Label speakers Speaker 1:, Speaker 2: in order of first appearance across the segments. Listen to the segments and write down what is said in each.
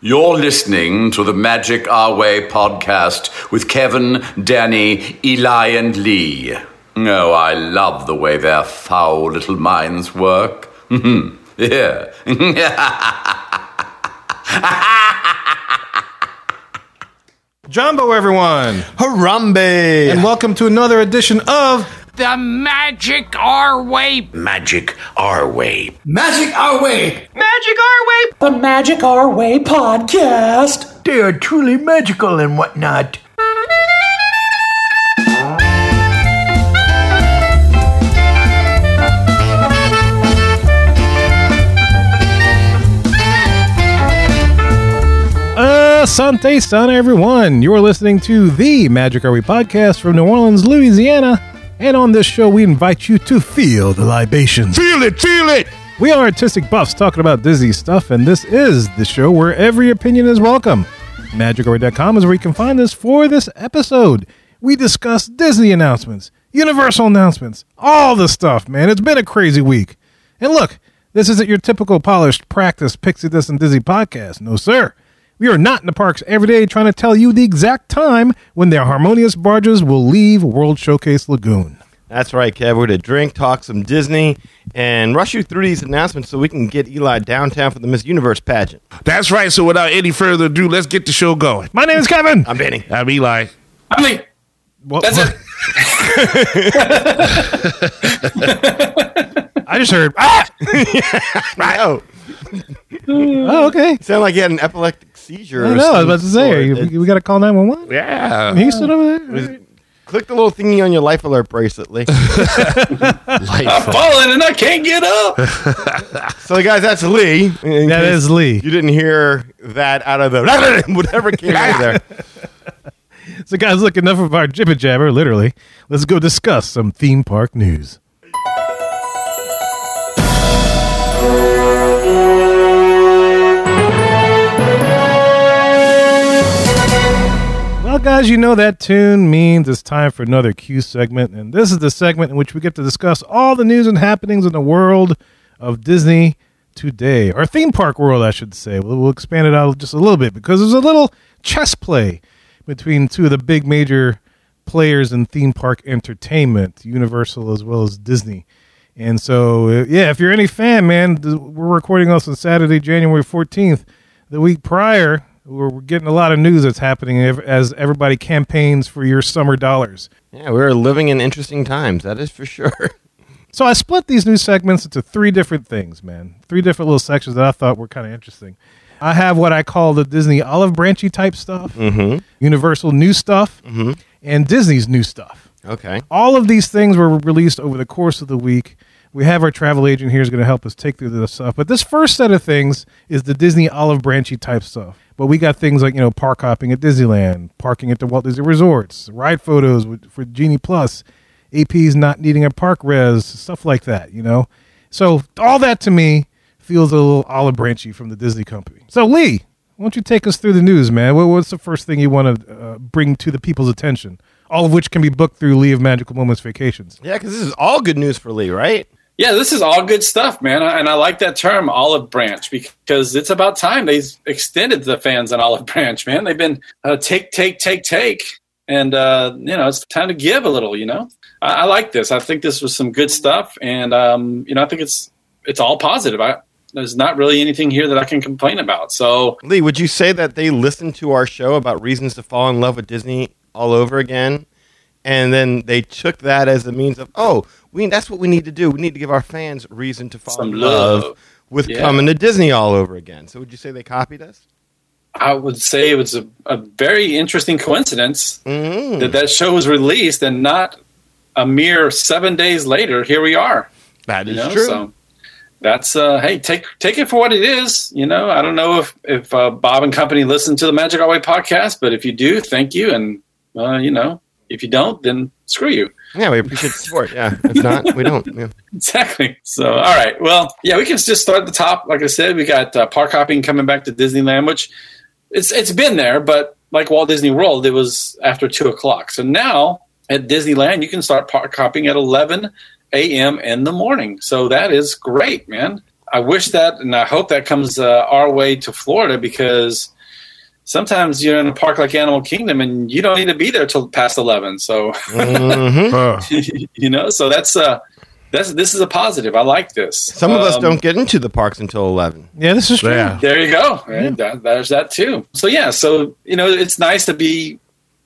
Speaker 1: You're listening to the Magic Our Way podcast with Kevin, Danny, Eli, and Lee. Oh, I love the way their foul little minds work. yeah.
Speaker 2: Jumbo, everyone,
Speaker 3: Harambe!
Speaker 2: and welcome to another edition of
Speaker 4: the magic our way
Speaker 5: Magic our way.
Speaker 6: Magic our way.
Speaker 4: magic our way
Speaker 6: The Magic Our Way podcast.
Speaker 5: They are truly magical and whatnot.
Speaker 2: Asante Sana, everyone. You're listening to the Magic Are We podcast from New Orleans, Louisiana. And on this show, we invite you to feel the libations. Feel it, feel it. We are artistic buffs talking about Disney stuff, and this is the show where every opinion is welcome. MagicAway.com is where you can find us for this episode. We discuss Disney announcements, Universal announcements, all the stuff, man. It's been a crazy week. And look, this isn't your typical polished practice Pixie This and Dizzy podcast. No, sir. We are not in the parks every day trying to tell you the exact time when their harmonious barges will leave World Showcase Lagoon.
Speaker 3: That's right, Kev. We're to drink, talk some Disney, and rush you through these announcements so we can get Eli downtown for the Miss Universe pageant.
Speaker 7: That's right. So without any further ado, let's get the show going.
Speaker 2: My name is Kevin.
Speaker 3: I'm Danny.
Speaker 7: I'm Eli.
Speaker 6: I mean,
Speaker 2: What-
Speaker 6: that's
Speaker 2: what-
Speaker 6: it.
Speaker 2: I just heard. Ah!
Speaker 3: Right. Oh,
Speaker 2: Oh, okay.
Speaker 3: sound like you had an epileptic seizure.
Speaker 2: I know.
Speaker 3: or
Speaker 2: I was
Speaker 3: some
Speaker 2: about to say,
Speaker 3: sort.
Speaker 2: we,
Speaker 3: It-
Speaker 2: we got to call 911.
Speaker 7: Yeah.
Speaker 2: Houston over there.
Speaker 3: click the little thingy on your life alert bracelet. Lee.
Speaker 6: I'm falling and I can't get up.
Speaker 3: so, guys, that's Lee. In
Speaker 2: That
Speaker 3: case
Speaker 2: is Lee.
Speaker 3: You didn't hear that out of the whatever came out of there.
Speaker 2: So, guys, look, enough of our jibber jabber, literally. Let's go discuss some theme park news. Well, guys, you know that tune means it's time for another Q segment, and this is the segment in which we get to discuss all the news and happenings in the world of Disney today, or theme park world, I should say. We'll, we'll expand it out just a little bit because there's a little chess play between two of the big major players in theme park entertainment, Universal as well as Disney. And so, uh, yeah, if you're any fan, man, th- we're recording this on Saturday, January 14th. The week prior, we're, we're getting a lot of news that's happening ev- as everybody campaigns for your summer dollars.
Speaker 3: Yeah, we're living in interesting times. That is for sure.
Speaker 2: So I split these new segments into three different things, man. Three different little sections that I thought were kind of interesting. I have what I call the Disney olive branchy type stuff, Universal new stuff, and Disney's new stuff.
Speaker 3: Okay.
Speaker 2: all of these things were released over the course of the week. We have our travel agent here is going to help us take through this stuff. But this first set of things is the Disney olive branchy type stuff. But we got things like, you know, park hopping at Disneyland, parking at the Walt Disney Resorts, ride photos with, for Genie Plus, APs not needing a park res, stuff like that, you know? So all that to me feels a little olive branchy from the Disney company. So, Lee, why don't you take us through the news, man? What, what's the first thing you want to uh, bring to the people's attention? All of which can be booked through Lee of Magical Moments Vacations.
Speaker 3: Yeah, because this is all good news for Lee, right?
Speaker 8: Yeah, this is all good stuff, man. And I like that term, olive branch, because it's about time they extended the fans an olive branch, man. They've been uh, take, take, take, take. And, uh, you know, it's time to give a little, you know? I, I like this. I think this was some good stuff. And, um, you know, I think it's it's all positive. I, there's not really anything here that I can complain about. So,
Speaker 3: Lee, would you say that they listened to our show about reasons to fall in love with Disney all over again? And then they took that as a means of, oh, we, that's what we need to do. We need to give our fans reason to fall
Speaker 8: Some
Speaker 3: in love,
Speaker 8: love.
Speaker 3: with
Speaker 8: Yeah.
Speaker 3: coming to Disney all over again. So would you say they copied us?
Speaker 8: I would say it was a, a very interesting coincidence
Speaker 3: Mm.
Speaker 8: that that show was released and not a mere seven days later, here we are.
Speaker 3: That
Speaker 8: you
Speaker 3: is
Speaker 8: know,
Speaker 3: true.
Speaker 8: So that's uh, hey, take take it for what it is. You know, I don't know if if uh, Bob and company listen to the Magic Our Way podcast, but if you do, thank you. And uh, you know, if you don't, then screw you.
Speaker 3: Yeah, we appreciate the support. Yeah, if not, we don't. Yeah.
Speaker 8: Exactly. So, all right. Well, yeah, we can just start at the top. Like I said, we got uh, park hopping coming back to Disneyland, which it's it's been there, but like Walt Disney World, it was after two o'clock. So now at Disneyland, you can start park hopping at eleven a.m. in the morning. So that is great, man. I wish that, and I hope that comes uh, our way to Florida because sometimes you're in a park like Animal Kingdom and you don't need to be there till past eleven. So
Speaker 3: Mm-hmm.
Speaker 7: Uh,
Speaker 8: you know, so that's uh, that's this is a positive. I like this.
Speaker 3: Some of us
Speaker 8: Um,
Speaker 3: don't get into the parks until 11.
Speaker 2: Yeah, this is true.
Speaker 7: yeah.
Speaker 8: There you go. And that- there's that too. So yeah, so you know, it's nice to be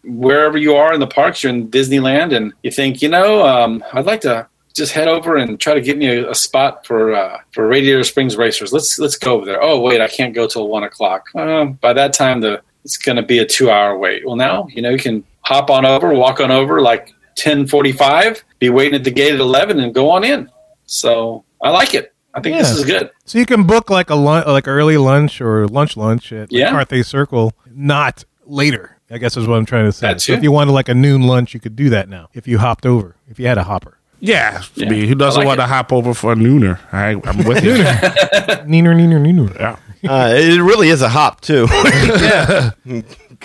Speaker 8: wherever you are in the parks. You're in Disneyland, and you think, you know, um, I'd like to just head over and try to get me a, a spot for uh, for Radiator Springs Racers. Let's let's go over there. Oh wait, I can't go till one o'clock. Uh, by that time, the it's going to be a two hour wait. Well, now you know you can hop on over, walk on over like ten forty five, be waiting at the gate at eleven, and go on in. So I like it. I think this
Speaker 2: Yeah.
Speaker 8: is good.
Speaker 2: So you can book like a lun- like early lunch or lunch lunch at
Speaker 8: Yeah.
Speaker 2: McCarthy Circle, not later. I guess is what I'm trying to say.
Speaker 8: That
Speaker 2: So if
Speaker 8: too.
Speaker 2: you wanted like a noon lunch, you could do that now. If you hopped over, if you had a hopper,
Speaker 7: Yeah. I mean, who
Speaker 8: I
Speaker 7: doesn't
Speaker 8: like
Speaker 7: want
Speaker 8: it.
Speaker 7: to hop over for a nooner? I, I'm with you.
Speaker 2: neener neener neener.
Speaker 7: yeah.
Speaker 3: Uh, it really is a hop, too. yeah.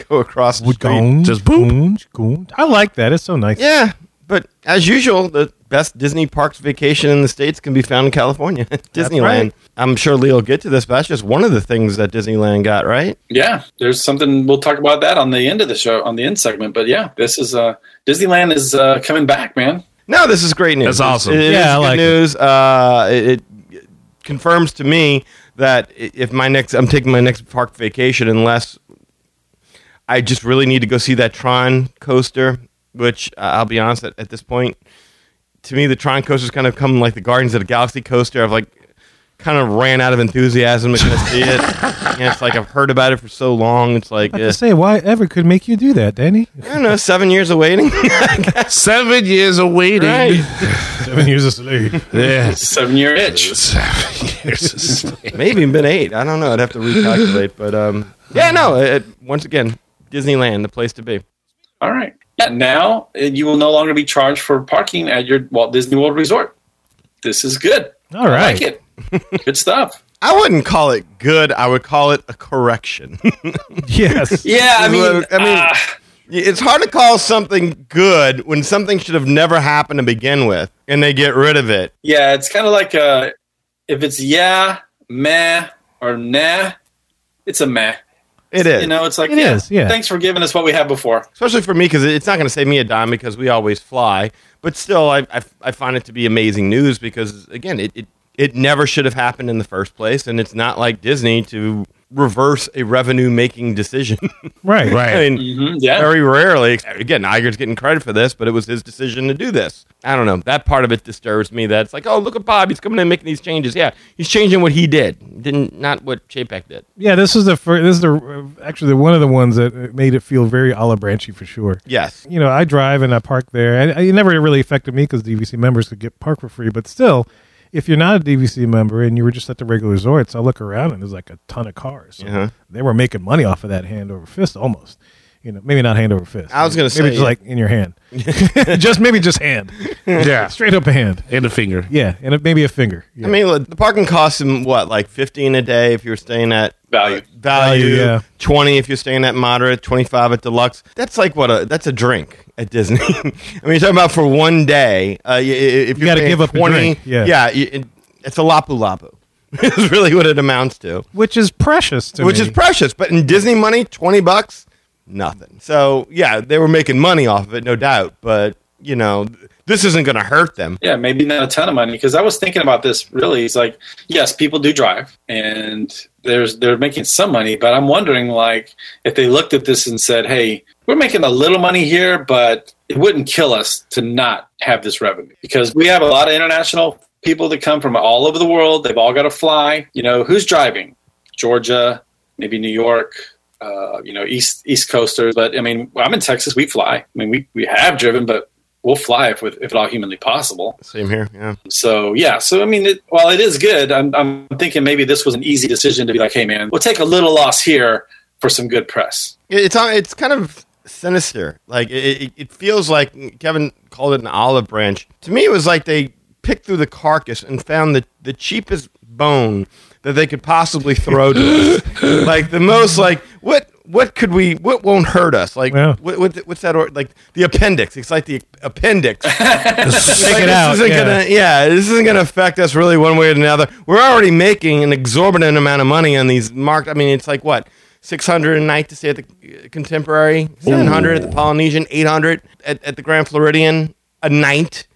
Speaker 3: Go across the street.
Speaker 2: Goon,
Speaker 7: just boop.
Speaker 2: goon, goon. I like that. It's so nice.
Speaker 3: Yeah. But as usual, the best Disney parks vacation in the States can be found in California, Disneyland.
Speaker 2: right.
Speaker 3: I'm sure Lee will get to this, but that's just one of the things that Disneyland got, right?
Speaker 8: Yeah, there's something we'll talk about that on the end of the show, on the end segment. But yeah, this is uh, Disneyland is uh, coming back, man.
Speaker 3: No, this is great news.
Speaker 7: That's awesome.
Speaker 3: It, it is
Speaker 2: Yeah, I
Speaker 3: good
Speaker 2: like it.
Speaker 3: news. Uh, it, it confirms to me that i- if my next, I'm taking my next park vacation, unless I just really need to go see that Tron coaster, which uh, I'll be honest, at, at this point, to me, the Tron coaster's kind of come like the Guardians of the Galaxy coaster. I've like kind of ran out of enthusiasm to kinda see it. and it's like I've heard about it for so long. It's like
Speaker 2: I have
Speaker 3: eh,
Speaker 2: to say, why ever could make you do that, Danny?
Speaker 3: I don't know, seven years of waiting.
Speaker 7: Seven years of waiting.
Speaker 3: right.
Speaker 2: Seven years of slave.
Speaker 7: Yeah.
Speaker 8: Seven year itch.
Speaker 7: Seven years of sleep.
Speaker 3: Maybe even been eight. I don't know. I'd have to recalculate. But um, yeah, no. It, once again, Disneyland, the place to be.
Speaker 8: All right. Yeah, now uh, you will no longer be charged for parking at your Walt Disney World Resort. This is good.
Speaker 2: All
Speaker 8: I
Speaker 2: right.
Speaker 8: like it. Good stuff.
Speaker 3: I wouldn't call it good. I would call it a correction.
Speaker 2: Yes.
Speaker 8: Yeah, I mean,
Speaker 3: Look, I mean-
Speaker 8: ah,
Speaker 3: it's hard to call something good when something should have never happened to begin with, and they get rid of it.
Speaker 8: yeah, it's kind of like uh, if it's yeah, meh, or nah, it's a meh.
Speaker 3: It is,
Speaker 8: You know, it's like
Speaker 2: It
Speaker 8: yeah,
Speaker 2: is, yeah.
Speaker 8: Thanks for giving us what we had before.
Speaker 3: especially for me because it's not going to save me a dime because we always fly. But still, I, I, I find it to be amazing news because again, it, it it never should have happened in the first place, and it's not like Disney to reverse a revenue making decision.
Speaker 2: Right. Right.
Speaker 3: I
Speaker 7: Right.
Speaker 3: mean,
Speaker 8: hmm yeah.
Speaker 3: very rarely. Again, Iger's getting credit for this, but it was his decision to do this. I don't know. That part of it disturbs me. That's like, oh, look at Bob. He's coming in and making these changes. Yeah, he's changing what he did, didn't not what Chapek did.
Speaker 2: Yeah. This is the first. This is the actually one of the ones that uh, made it feel very olive branchy for sure.
Speaker 3: Yes.
Speaker 2: you know, I drive and I park there. And it never really affected me because DVC members could get park for free. But still, if you're not a DVC member and you were just at the regular resorts, I look around and there's like a ton of cars. So
Speaker 3: Uh-huh.
Speaker 2: They were making money off of that hand over fist almost. You know, maybe not hand over fist.
Speaker 3: I was gonna
Speaker 2: maybe
Speaker 3: say,
Speaker 2: maybe just
Speaker 3: yeah.
Speaker 2: like in your hand, just maybe just hand,
Speaker 7: Yeah.
Speaker 2: straight up a hand.
Speaker 7: And a finger.
Speaker 2: Yeah, and it, maybe a finger. Yeah.
Speaker 3: I mean, look, the parking costs him what, like fifteen a day if you're staying at uh,
Speaker 8: Value.
Speaker 3: value,
Speaker 2: Value, yeah.
Speaker 3: twenty if you're staying at moderate, twenty five at deluxe. That's like what a that's a drink at Disney. I mean, you're talking about for one day. Uh, y- y- if you
Speaker 2: gotta give up a drink, yeah.
Speaker 3: yeah, y- it- it's a lapu lapu. is really what it amounts to,
Speaker 2: which is precious to
Speaker 3: which
Speaker 2: me.
Speaker 3: is precious. But in Disney money, twenty bucks, nothing. So yeah, they were making money off of it, no doubt. But you know, th- this isn't going to hurt them.
Speaker 8: Yeah, maybe not a ton of money because I was thinking about this. Really, it's like yes, people do drive, and there's they're making some money, but I'm wondering like if they looked at this and said, "Hey, we're making a little money here, but it wouldn't kill us to not have this revenue because we have a lot of international people that come from all over the world. They've all got to fly. You know, who's driving? Georgia, maybe New York." Uh, you know, east east coasters, but I mean, I'm in Texas. We fly. I mean, we, we have driven, but we'll fly if, if at all humanly possible.
Speaker 3: Same here. Yeah.
Speaker 8: So yeah, so I mean, it, while it is good, I'm, I'm thinking maybe this was an easy decision to be like, hey man, we'll take a little loss here for some good press.
Speaker 3: It's on. It's kind of sinister. Like it, it, it feels like Kevin called it an olive branch. To me, it was like they picked through the carcass and found the the cheapest bone that they could possibly throw to us. like the most like what what could we? What won't hurt us? Like
Speaker 2: Yeah.
Speaker 3: what, what, what's that? Or like the appendix? It's like the appendix.
Speaker 2: Stick
Speaker 3: Like,
Speaker 2: it
Speaker 3: this
Speaker 2: out.
Speaker 3: Isn't
Speaker 2: yeah.
Speaker 3: Gonna, yeah, this isn't going to affect us really one way or another. We're already making an exorbitant amount of money on these marked. I mean, it's like what six hundred a night to stay at the uh, Contemporary, seven hundred at the Polynesian, eight hundred at, at the Grand Floridian a night.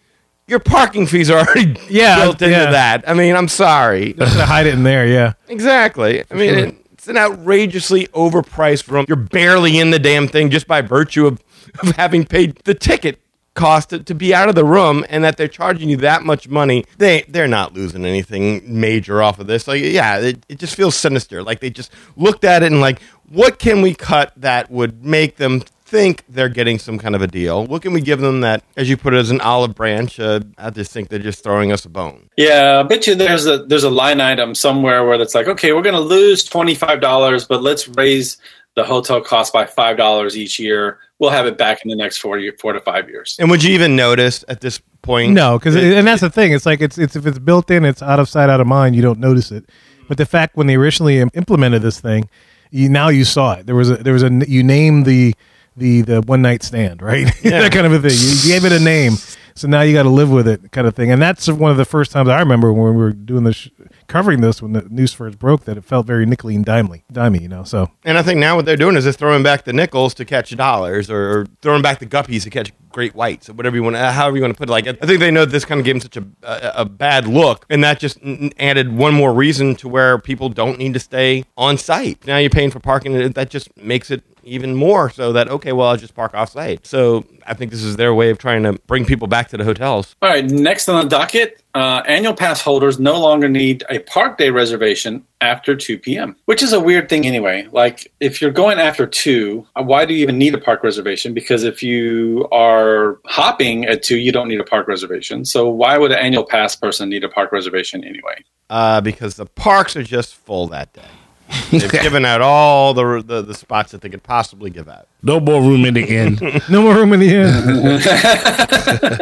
Speaker 3: Your parking fees are already
Speaker 2: Yeah,
Speaker 3: built into
Speaker 2: yeah.
Speaker 3: that. I mean, I'm sorry.
Speaker 2: Just gonna hide it in there. Yeah.
Speaker 3: Exactly. I mean, it, it's an outrageously overpriced room. You're barely in the damn thing just by virtue of, of having paid the ticket cost to, to be out of the room and that they're charging you that much money. They they're not losing anything major off of this. Like yeah, it, it just feels sinister. Like they just looked at it and like what can we cut that would make them think they're getting some kind of a deal? What can we give them that as you put it as an olive branch? Uh, I just think they're just throwing us a bone.
Speaker 8: Yeah, I bet you there's a there's a line item somewhere where that's like, okay, we're going to lose twenty five dollars, but let's raise the hotel cost by five dollars each year. We'll have it back in the next four year, four to five years.
Speaker 3: And would you even notice at this point?
Speaker 2: No, because and that's the thing. It's like it's it's if it's built in, it's out of sight, out of mind. You don't notice it. But the fact when they originally im- implemented this thing, you, now you saw it. There was a there was a n- you named the the the one night stand right that kind of a thing. You gave it a name, so now you got to live with it, kind of thing. And that's one of the first times I remember when we were doing this, covering this when the news first broke that it felt very nickely and dimely, dimey, you know. So
Speaker 3: And I think now what they're doing is they're throwing back the nickels to catch dollars, or, or throwing back the guppies to catch great whites, or whatever you want, to, however you want to put it. Like I think they know this kind of gave them such a, a, a bad look, and that just n- n- added one more reason to where people don't need to stay on site. Now you're paying for parking, and that just makes it even more so that okay, well I'll just park off site. So I think this is their way of trying to bring people back to the hotels.
Speaker 8: All right, next on the docket, uh, annual pass holders no longer need a park day reservation after 2 p.m., which is a weird thing anyway. Like, if you're going after 2, uh, why do you even need a park reservation? Because if you are hopping at 2, you don't need a park reservation. So, why would an annual pass person need a park reservation anyway?
Speaker 3: uh, because the parks are just full that day. They've given out all the, the the spots that they could possibly give out.
Speaker 7: No more room in the inn.
Speaker 2: no more room in the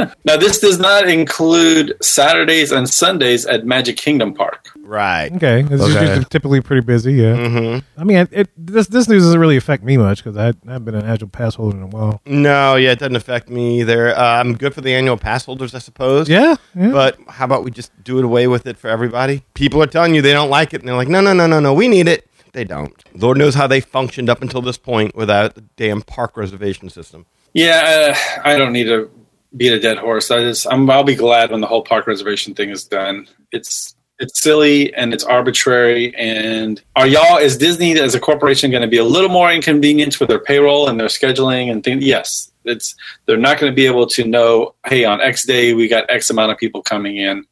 Speaker 2: end.
Speaker 8: Now, this does not include Saturdays and Sundays at Magic Kingdom Park.
Speaker 3: Right.
Speaker 2: Okay, it's
Speaker 3: Okay. Mm-hmm.
Speaker 2: usually typically pretty busy. Yeah, I mean, it, it, this this news doesn't really affect me much because I I've been an agile pass holder in a while.
Speaker 3: No, yeah, it doesn't affect me either. Uh, I'm good for the annual pass holders, I suppose.
Speaker 2: Yeah, yeah.
Speaker 3: But how about we just do it away with it for everybody? People are telling you they don't like it, and they're like, no, no, no, no, no, we need it. They don't. Lord knows how they functioned up until this point without the damn park reservation system.
Speaker 8: Yeah, uh, I don't need to beat a dead horse. I just I'm, I'll be glad when the whole park reservation thing is done. It's it's silly and it's arbitrary. And are y'all is Disney as a corporation going to be a little more inconvenient with their payroll and their scheduling and things? Yes, it's they're not going to be able to know. Hey, on X day we got X amount of people coming in.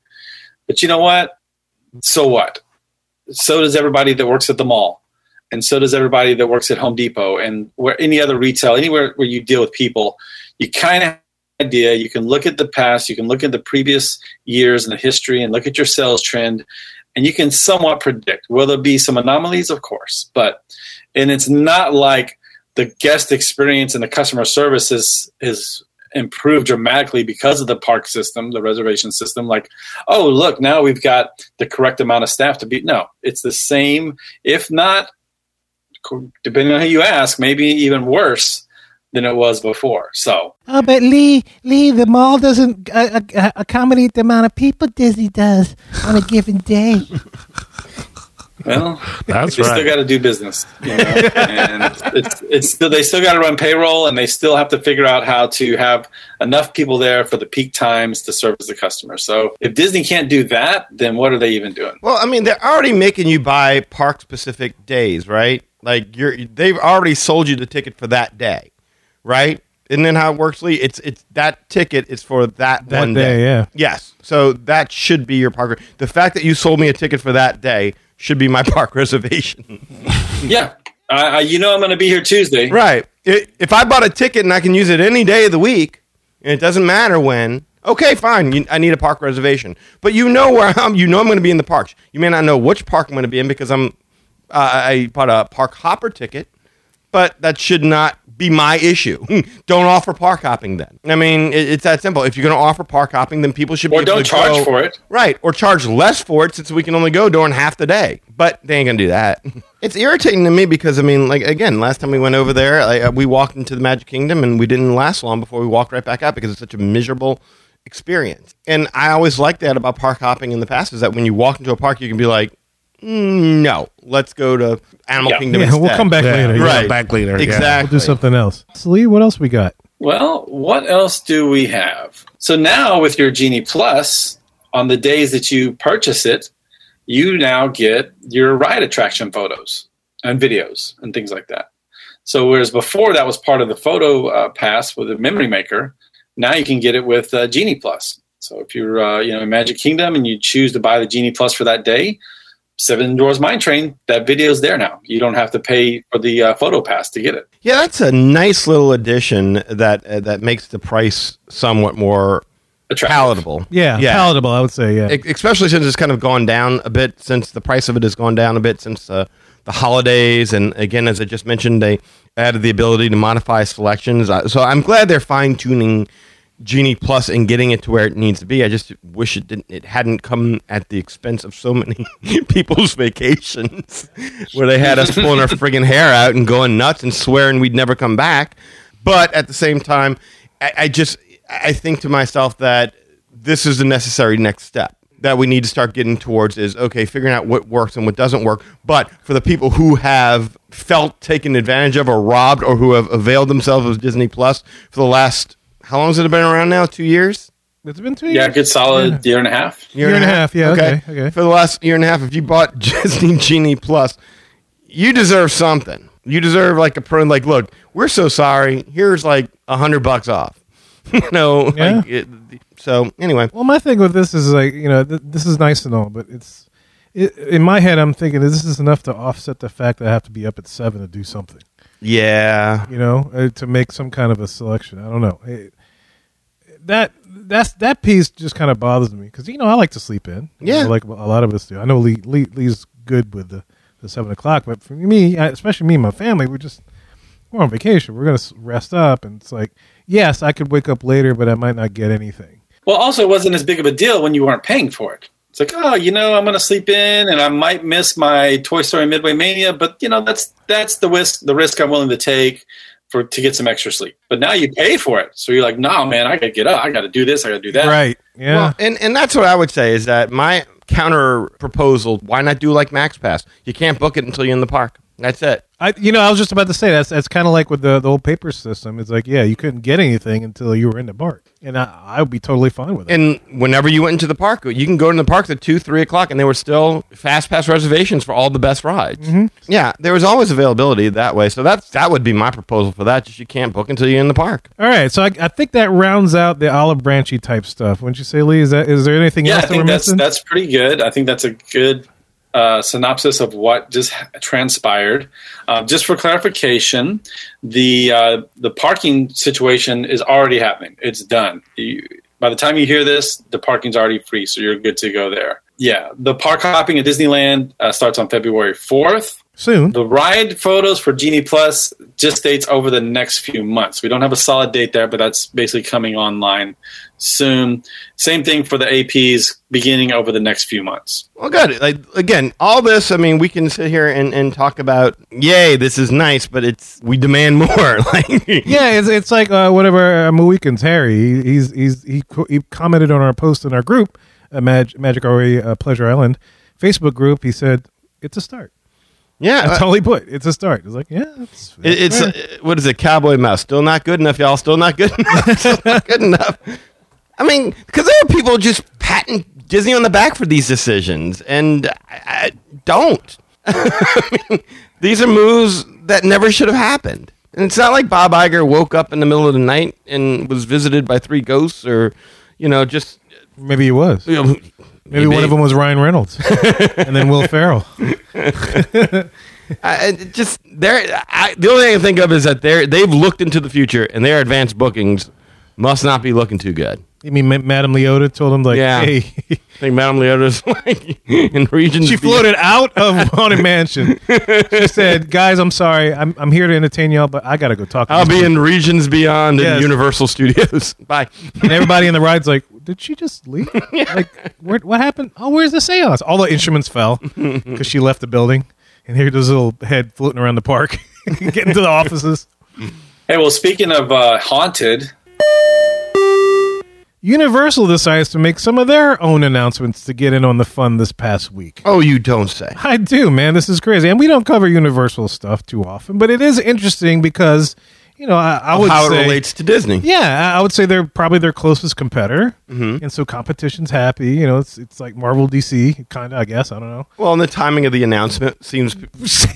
Speaker 8: But you know what? So what? So does everybody that works at the mall and so does everybody that works at Home Depot and where any other retail, anywhere where you deal with people, you kind of have an idea. You can look at the past, you can look at the previous years and the history, and look at your sales trend, and you can somewhat predict. Will there be some anomalies? Of course, but and it's not like the guest experience and the customer service is is improved dramatically because of the park system, the reservation system. Like, oh look, now we've got the correct amount of staff to be. No, it's the same, if not depending on who you ask, maybe even worse than it was before. So,
Speaker 2: Oh, but Lee, Lee, the mall doesn't uh, uh, accommodate the amount of people Disney does on a given day.
Speaker 8: well,
Speaker 7: That's
Speaker 8: they still
Speaker 7: right.
Speaker 8: got to do business. You know? and it's, it's still, they still got to run payroll, and they still have to figure out how to have enough people there for the peak times to service the customer. So, if Disney can't do that, then what are they even doing?
Speaker 3: Well, I mean, they're already making you buy park specific days, right? Like you're they've already sold you the ticket for that day, right? And then how it works, Lee, it's it's that ticket is for that,
Speaker 2: That
Speaker 3: one
Speaker 2: day,
Speaker 3: day.
Speaker 2: yeah.
Speaker 3: Yes. So that should be your park. The fact that you sold me a ticket for that day should be my park reservation.
Speaker 8: Yeah, I, I, you know I'm going to be here Tuesday.
Speaker 3: right. I if I bought a ticket and I can use it any day of the week, and it doesn't matter when. Okay, fine. You, I need a park reservation, but you know where I'm. You know I'm going to be in the parks. You may not know which park I'm going to be in because I'm. Uh, I bought a park hopper ticket but that should not be my issue. don't offer park hopping then. I mean, it, it's that simple. If you're going to offer park hopping, then people should be
Speaker 8: Or
Speaker 3: able
Speaker 8: don't
Speaker 3: to
Speaker 8: charge
Speaker 3: go-
Speaker 8: for it.
Speaker 3: Right, or charge less for it since we can only go during half the day. But they ain't gonna do that. It's irritating to me because I mean, like again, last time we went over there, I, uh, we walked into the Magic Kingdom and we didn't last long before we walked right back out because it's such a miserable experience. And I always like that about park hopping in the past is that when you walk into a park, you can be like, "Mm, "No, let's go to Animal
Speaker 8: Yeah.
Speaker 3: Kingdom."
Speaker 2: Yeah, we'll
Speaker 3: instead."
Speaker 2: come back later.
Speaker 7: Yeah,
Speaker 2: Yeah.
Speaker 3: Right.
Speaker 7: Back later. yeah.
Speaker 3: Exactly.
Speaker 2: We'll do something else. Lee, what else we got?
Speaker 8: Well, what else do we have? So now with your Genie Plus, on the days that you purchase it, you now get your ride attraction photos and videos and things like that. So whereas before that was part of the photo uh, pass with a memory maker, now you can get it with uh, Genie Plus. So if you're uh, you know in Magic Kingdom and you choose to buy the Genie Plus for that day, Seven Doors Mine Train, that video's there now. You don't have to pay for the uh, photo pass to get it.
Speaker 3: Yeah, that's a nice little addition that uh, that makes the price somewhat more
Speaker 8: Attractive.
Speaker 3: palatable.
Speaker 2: Yeah, palatable, I would say. Yeah.
Speaker 3: E- especially since it's kind of gone down a bit since the price of it has gone down a bit since uh, the holidays and again as i just mentioned they added the ability to modify selections Uh, so i'm glad they're fine-tuning genie plus and getting it to where it needs to be i just wish it didn't it hadn't come at the expense of so many people's vacations where they had us pulling our friggin' hair out and going nuts and swearing we'd never come back but at the same time i, I just i think to myself that this is the necessary next step that we need to start getting towards is okay figuring out what works and what doesn't work but for the people who have felt taken advantage of or robbed or who have availed themselves of disney plus for the last how long has it been around now two years
Speaker 2: It's been two years.
Speaker 8: Yeah, a good solid year and a half.
Speaker 2: Year and a half, yeah, okay, okay.
Speaker 3: for the last year and a half if you bought disney genie plus you deserve something you deserve like a pro like look we're so sorry here's like a hundred bucks off you know
Speaker 2: Yeah.
Speaker 3: like, it- so anyway
Speaker 2: Well, my thing with this is like you know th- this is nice and all, but it's it, in my head I'm thinking this is enough to offset the fact that I have to be up at seven to do something,
Speaker 3: yeah
Speaker 2: you know, uh, to make some kind of a selection. I don't know. It- that that's that piece just kind of bothers me because you know I like to sleep in. You
Speaker 3: Yeah.
Speaker 2: know, like a lot of us do. I know Lee, Lee Lee's good with the the seven o'clock, but for me, I- especially me and my family, we're just we're on vacation. We're gonna s- rest up, and it's like yes, I could wake up later, but I might not get anything.
Speaker 8: Well, also, it wasn't as big of a deal when you weren't paying for it. It's like, oh, you know, I'm going to sleep in, and I might miss my Toy Story Midway Mania, but you know, that's that's the risk the risk I'm willing to take for to get some extra sleep. But now you pay for it, so you're like, no, man, I got to get up, I got to do this, I got to do that.
Speaker 2: Right? Yeah.
Speaker 3: Well, and, and that's what I would say is that my counter proposal, why not do like Max Pass? You can't book it until you're in the park. That's it.
Speaker 2: I, you know, I was just about to say that's that's kind of like with the the whole paper system. It's like, yeah, you couldn't get anything until you were in the park, and I I would be totally fine with it.
Speaker 3: And whenever you went into the park, you can go to the park at two, three o'clock, and there were still fast pass reservations for all the best rides. Yeah, there was always availability that way. So that's that would be my proposal for that. Just you can't book until you're in the park.
Speaker 2: All right, so I, I think that rounds out the olive branchy type stuff. Wouldn't you say, Lee? Is that is there anything
Speaker 8: Yeah, I
Speaker 2: else that we're
Speaker 8: think that's
Speaker 2: missing?
Speaker 8: that's pretty good. I think that's a good uh, synopsis of what just ha- transpired. Um, just for clarification, the uh, the parking situation is already happening. It's done. You, by the time you hear this, the parking's already free, so you're good to go there. Yeah, the park hopping at Disneyland uh, starts on February fourth.
Speaker 2: Soon.
Speaker 8: The ride photos for Genie Plus just dates over the next few months. We don't have a solid date there, but that's basically coming online soon. Same thing for the APs beginning over the next few months.
Speaker 3: Well, good. Like again, all this. I mean, we can sit here and, and talk about, yay, this is nice, but it's we demand more. like,
Speaker 2: Yeah, it's it's like uh, whatever uh, Muikin's Harry. He, he's he's he co- he commented on our post in our group, uh, Mag- Magic Arway uh, Pleasure Island Facebook group. He said it's a start.
Speaker 3: yeah.
Speaker 2: That's all he put. It's a start. It's like yeah, it's,
Speaker 3: Uh, It, it's uh, what is it? Cowboy mouse. Still not good enough, y'all. Still not good enough. Still not good enough. I mean, because there are people just patting Disney on the back for these decisions, and I, I don't. I mean, these are moves that never should have happened. And it's not like Bob Iger woke up in the middle of the night and was visited by three ghosts, or you know, just
Speaker 2: maybe he was.
Speaker 3: you know,
Speaker 2: Maybe, one of them was Ryan Reynolds, and then Will Ferrell.
Speaker 3: I, it just they're I, the only thing I can think of is that they're they've looked into the future and their advanced bookings must not be looking too good.
Speaker 2: You mean Ma- Madame Leota told him like,
Speaker 3: Yeah.
Speaker 2: hey,
Speaker 3: I think Madame Leota's like in region.
Speaker 2: she floated out of Haunted Mansion. She said, guys, I'm sorry, I'm, I'm here to entertain y'all, but I gotta go talk. to
Speaker 3: I'll
Speaker 2: these
Speaker 3: be
Speaker 2: people."
Speaker 3: in regions beyond
Speaker 2: Yes.
Speaker 3: in Universal Studios. Bye.
Speaker 2: And everybody in the ride's like, did she just leave? Like, where, what happened? Oh, where's the seance? All the instruments fell because she left the building. And here this little head floating around the park, getting to the offices.
Speaker 8: Hey, well, speaking of uh, haunted,
Speaker 2: Universal decides to make some of their own announcements to get in on the fun this past week.
Speaker 3: Oh, you don't say.
Speaker 2: I do, man. This is crazy. And we don't cover Universal stuff too often, but it is interesting because, you know, I, I would
Speaker 3: How it
Speaker 2: say.
Speaker 3: relates to Disney.
Speaker 2: Yeah, I I would say they're probably their closest competitor, and so competition's happy. You know, it's it's like Marvel, DC, kind of. I guess I don't know.
Speaker 3: Well, and the timing of the announcement seems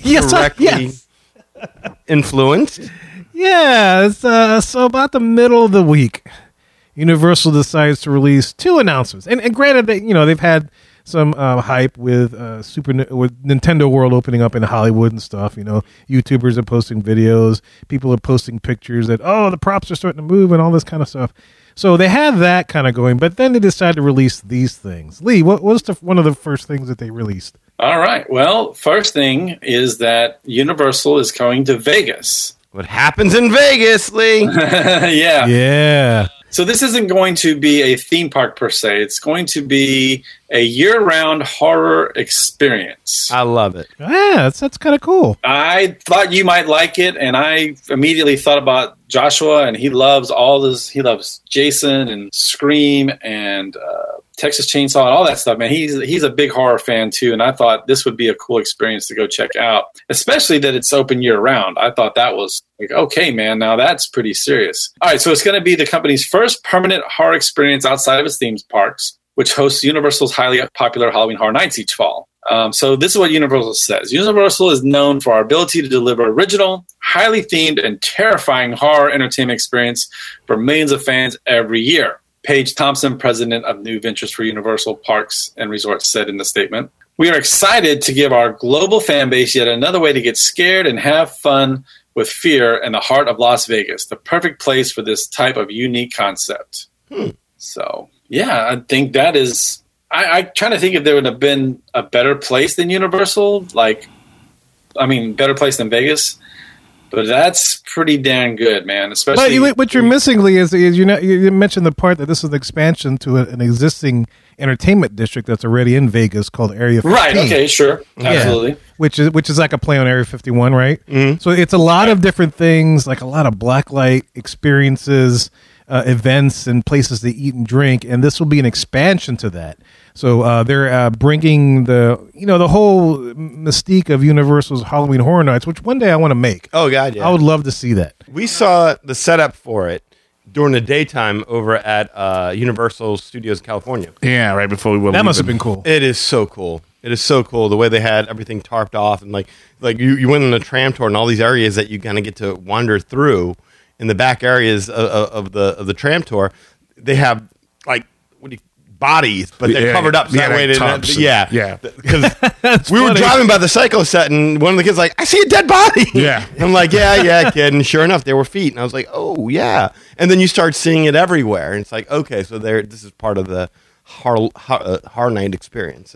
Speaker 2: yes, I-
Speaker 3: directly
Speaker 2: yes.
Speaker 3: influenced.
Speaker 2: Yeah, it's, uh, so about the middle of the week, Universal decides to release two announcements. And, and granted, that you know they've had some uh, hype with uh, Super Ni- with Nintendo World opening up in Hollywood and stuff. You know, YouTubers are posting videos, people are posting pictures that oh the props are starting to move and all this kind of stuff. So they had that kind of going, but then they decided to release these things. Lee, what was the, one of the first things that they released?
Speaker 8: all right. Well, first thing is that Universal is coming to Vegas.
Speaker 3: What happens in Vegas, Lee?
Speaker 8: yeah.
Speaker 2: Yeah,
Speaker 8: So this isn't going to be a theme park per se. It's going to be a year-round horror experience.
Speaker 3: I love it.
Speaker 2: yeah, that's that's kind of cool.
Speaker 8: I thought you might like it, and I immediately thought about Joshua, and he loves all this. He loves Jason and Scream and uh, Texas Chainsaw and all that stuff. Man, he's he's a big horror fan too, and I thought this would be a cool experience to go check out, especially that it's open year round. I thought that was like, okay, man, now that's pretty serious. All right, so it's going to be the company's first permanent horror experience outside of its theme parks which hosts Universal's highly popular Halloween Horror Nights each fall. Um, so this is what Universal says. Universal is known for our ability to deliver original, highly themed, and terrifying horror entertainment experience for millions of fans every year. Paige Thompson, president of New Ventures for Universal Parks and Resorts, said in the statement. We are excited to give our global fan base yet another way to get scared and have fun with fear in the heart of Las Vegas, the perfect place for this type of unique concept.
Speaker 2: Hmm.
Speaker 8: So yeah, I think that is. I, I trying to think if there would have been a better place than Universal. Like, I mean, better place than Vegas. But that's pretty damn good, man. Especially
Speaker 2: But you, what you're missing, Lee, is, is you know you you mentioned the part that this is an expansion to a- an existing entertainment district that's already in Vegas called Area 15,
Speaker 8: right. Okay, sure, absolutely.
Speaker 2: Which is which is like a play on Area 51, right?
Speaker 8: Mm-hmm.
Speaker 2: So it's a lot of different things, like a lot of blacklight experiences, uh, events, and places to eat and drink, and this will be an expansion to that. So uh, they're uh, bringing the you know the whole mystique of Universal's Halloween Horror Nights, which one day I want to make.
Speaker 3: Oh God, yeah.
Speaker 2: I would love to see that.
Speaker 3: we saw the setup for it during the daytime over at uh, Universal Studios California.
Speaker 7: Yeah, right before we were.
Speaker 2: That must have
Speaker 7: leaving.
Speaker 2: been cool.
Speaker 3: It is so cool. It is so cool the way they had everything tarped off and like like you, you went on a tram tour and all these areas that you kind of get to wander through in the back areas of, of the of the tram tour. They have like what do you, bodies, but they're
Speaker 7: Yeah,
Speaker 3: covered up. So
Speaker 7: yeah,
Speaker 3: that way
Speaker 7: like
Speaker 3: they don't-
Speaker 7: tops and-
Speaker 3: yeah,
Speaker 7: yeah.
Speaker 3: Because we were
Speaker 2: funny.
Speaker 3: driving by the psycho set and one of the kids like, I see a dead body.
Speaker 7: Yeah.
Speaker 3: I'm like, yeah, yeah, kid. And sure enough, there were feet, and I was like, oh yeah. And then you start seeing it everywhere, and it's like, okay, so there. This is part of the Har, Har, uh, Har Night experience.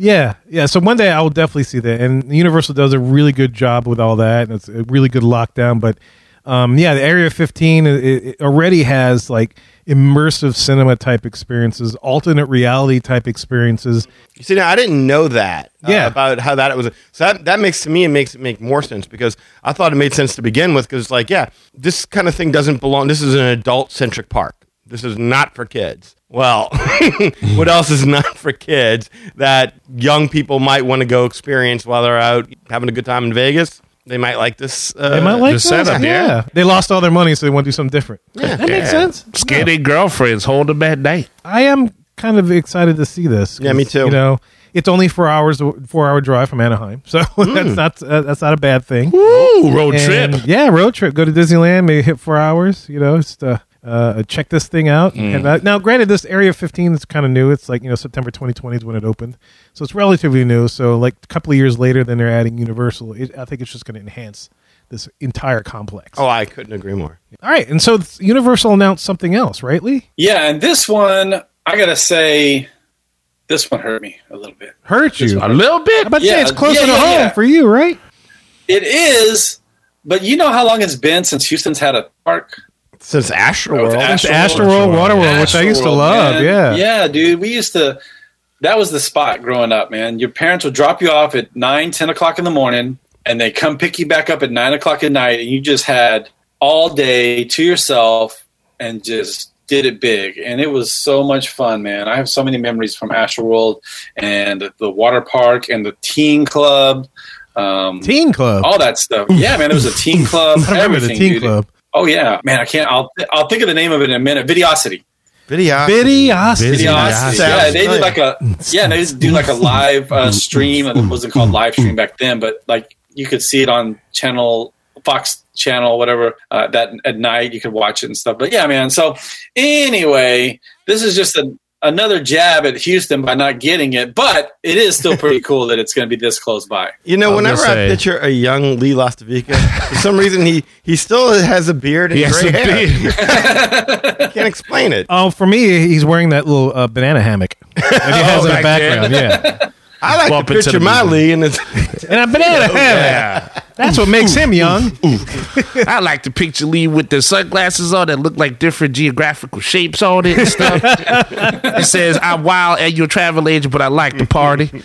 Speaker 2: Yeah, yeah. So one day I will definitely see that, and Universal does a really good job with all that, and it's a really good lockdown. But um, yeah, the Area 15 it, it already has like immersive cinema type experiences, alternate reality type experiences.
Speaker 3: You see, now I didn't know that. uh,
Speaker 2: Yeah.
Speaker 3: about how that was. So that, that makes to me it makes it make more sense because I thought it made sense to begin with because like yeah, this kind of thing doesn't belong. This is an adult centric park. This is not for kids. Well, what else is not for kids that young people might want to go experience while they're out having a good time in Vegas? They might like this. Uh,
Speaker 2: They might like
Speaker 7: the
Speaker 2: this.
Speaker 7: setup,
Speaker 2: yeah.
Speaker 7: yeah.
Speaker 2: they lost all their money, so they want to do something different. that makes
Speaker 7: Yeah.
Speaker 2: sense.
Speaker 7: Skinny girlfriends hold them at night.
Speaker 2: I am kind of excited to see this. 'cause,
Speaker 3: Yeah, me too.
Speaker 2: You know, it's only four hours, four hour drive from Anaheim, so
Speaker 7: Hmm.
Speaker 2: that's not uh, that's not a bad thing.
Speaker 7: Ooh, road
Speaker 2: And,
Speaker 7: trip.
Speaker 2: Yeah, road trip. Go to Disneyland. Maybe hit four hours. You know, it's the uh, Uh, check this thing out.
Speaker 8: Mm.
Speaker 2: And, uh, now, granted, this Area 15 is kind of new. It's like you know September 2020 is when it opened, so it's relatively new. So like a couple of years later, then they're adding Universal. It, I think it's just going to enhance this entire complex.
Speaker 3: Oh, I couldn't agree more.
Speaker 2: All right, and so th- Universal announced something else, right, Lee?
Speaker 8: Yeah, and this one, I gotta say, this one hurt me a little bit.
Speaker 2: Hurt you?
Speaker 7: A little bit.
Speaker 2: I'm about to say
Speaker 8: Yeah,
Speaker 2: it's closer
Speaker 8: yeah,
Speaker 2: to
Speaker 8: yeah,
Speaker 2: home
Speaker 8: yeah.
Speaker 2: for you, right?
Speaker 8: It is, but you know how long it's been sinds Houston's had a park?
Speaker 3: Since Astroworld,
Speaker 8: With Astro-
Speaker 2: Astroworld, Waterworld, which I used to
Speaker 8: Astroworld,
Speaker 2: love.
Speaker 8: man.
Speaker 2: Yeah.
Speaker 8: Yeah, dude. We used to that was the spot growing up, man. Your parents would drop you off at nine, ten o'clock in the morning, and they come pick you back up at nine o'clock at night, and you just had all day to yourself and just did it big. And it was so much fun, man. I have so many memories from Astroworld and the water park and the teen club. Um,
Speaker 2: Teen Club.
Speaker 8: all that stuff. Yeah, man, it was a teen club.
Speaker 2: I remember the
Speaker 8: everything,
Speaker 2: Teen
Speaker 8: dude.
Speaker 2: Club.
Speaker 8: Oh yeah, man, I can't. I'll I'll think of the name of it in a minute. Videosity.
Speaker 3: video.
Speaker 2: Videosity.
Speaker 8: Videosity. Yeah, they did
Speaker 3: Sounds
Speaker 8: like a yeah, they just do like a live uh, stream. It wasn't called live stream back then, but like you could see it on channel Fox Channel, whatever. Uh, that at night you could watch it and stuff. But yeah, man. So anyway, this is just a, another jab at Houston by not getting it, but it is still pretty cool that it's going to be this close by.
Speaker 3: You know,
Speaker 7: was gonna
Speaker 3: whenever I
Speaker 7: say-
Speaker 3: picture a young Lee Lastavica, for some reason he he still has a beard and
Speaker 7: He has
Speaker 3: gray
Speaker 7: a
Speaker 3: hair.
Speaker 7: beard.
Speaker 3: I can't explain it.
Speaker 2: Oh, for me, he's wearing that little uh, banana hammock that he has in the
Speaker 7: back
Speaker 2: background. Yeah,
Speaker 3: I like
Speaker 7: Bump
Speaker 3: to
Speaker 7: into
Speaker 3: picture
Speaker 7: the
Speaker 3: my
Speaker 7: movie.
Speaker 3: Lee, and it's
Speaker 2: and a banana hammock.
Speaker 7: Yeah.
Speaker 2: That's what makes him young.
Speaker 7: I like to picture Lee with the sunglasses on that look like different geographical shapes on it and stuff. it says, I'm wild and you're a travel agent, but I like to party.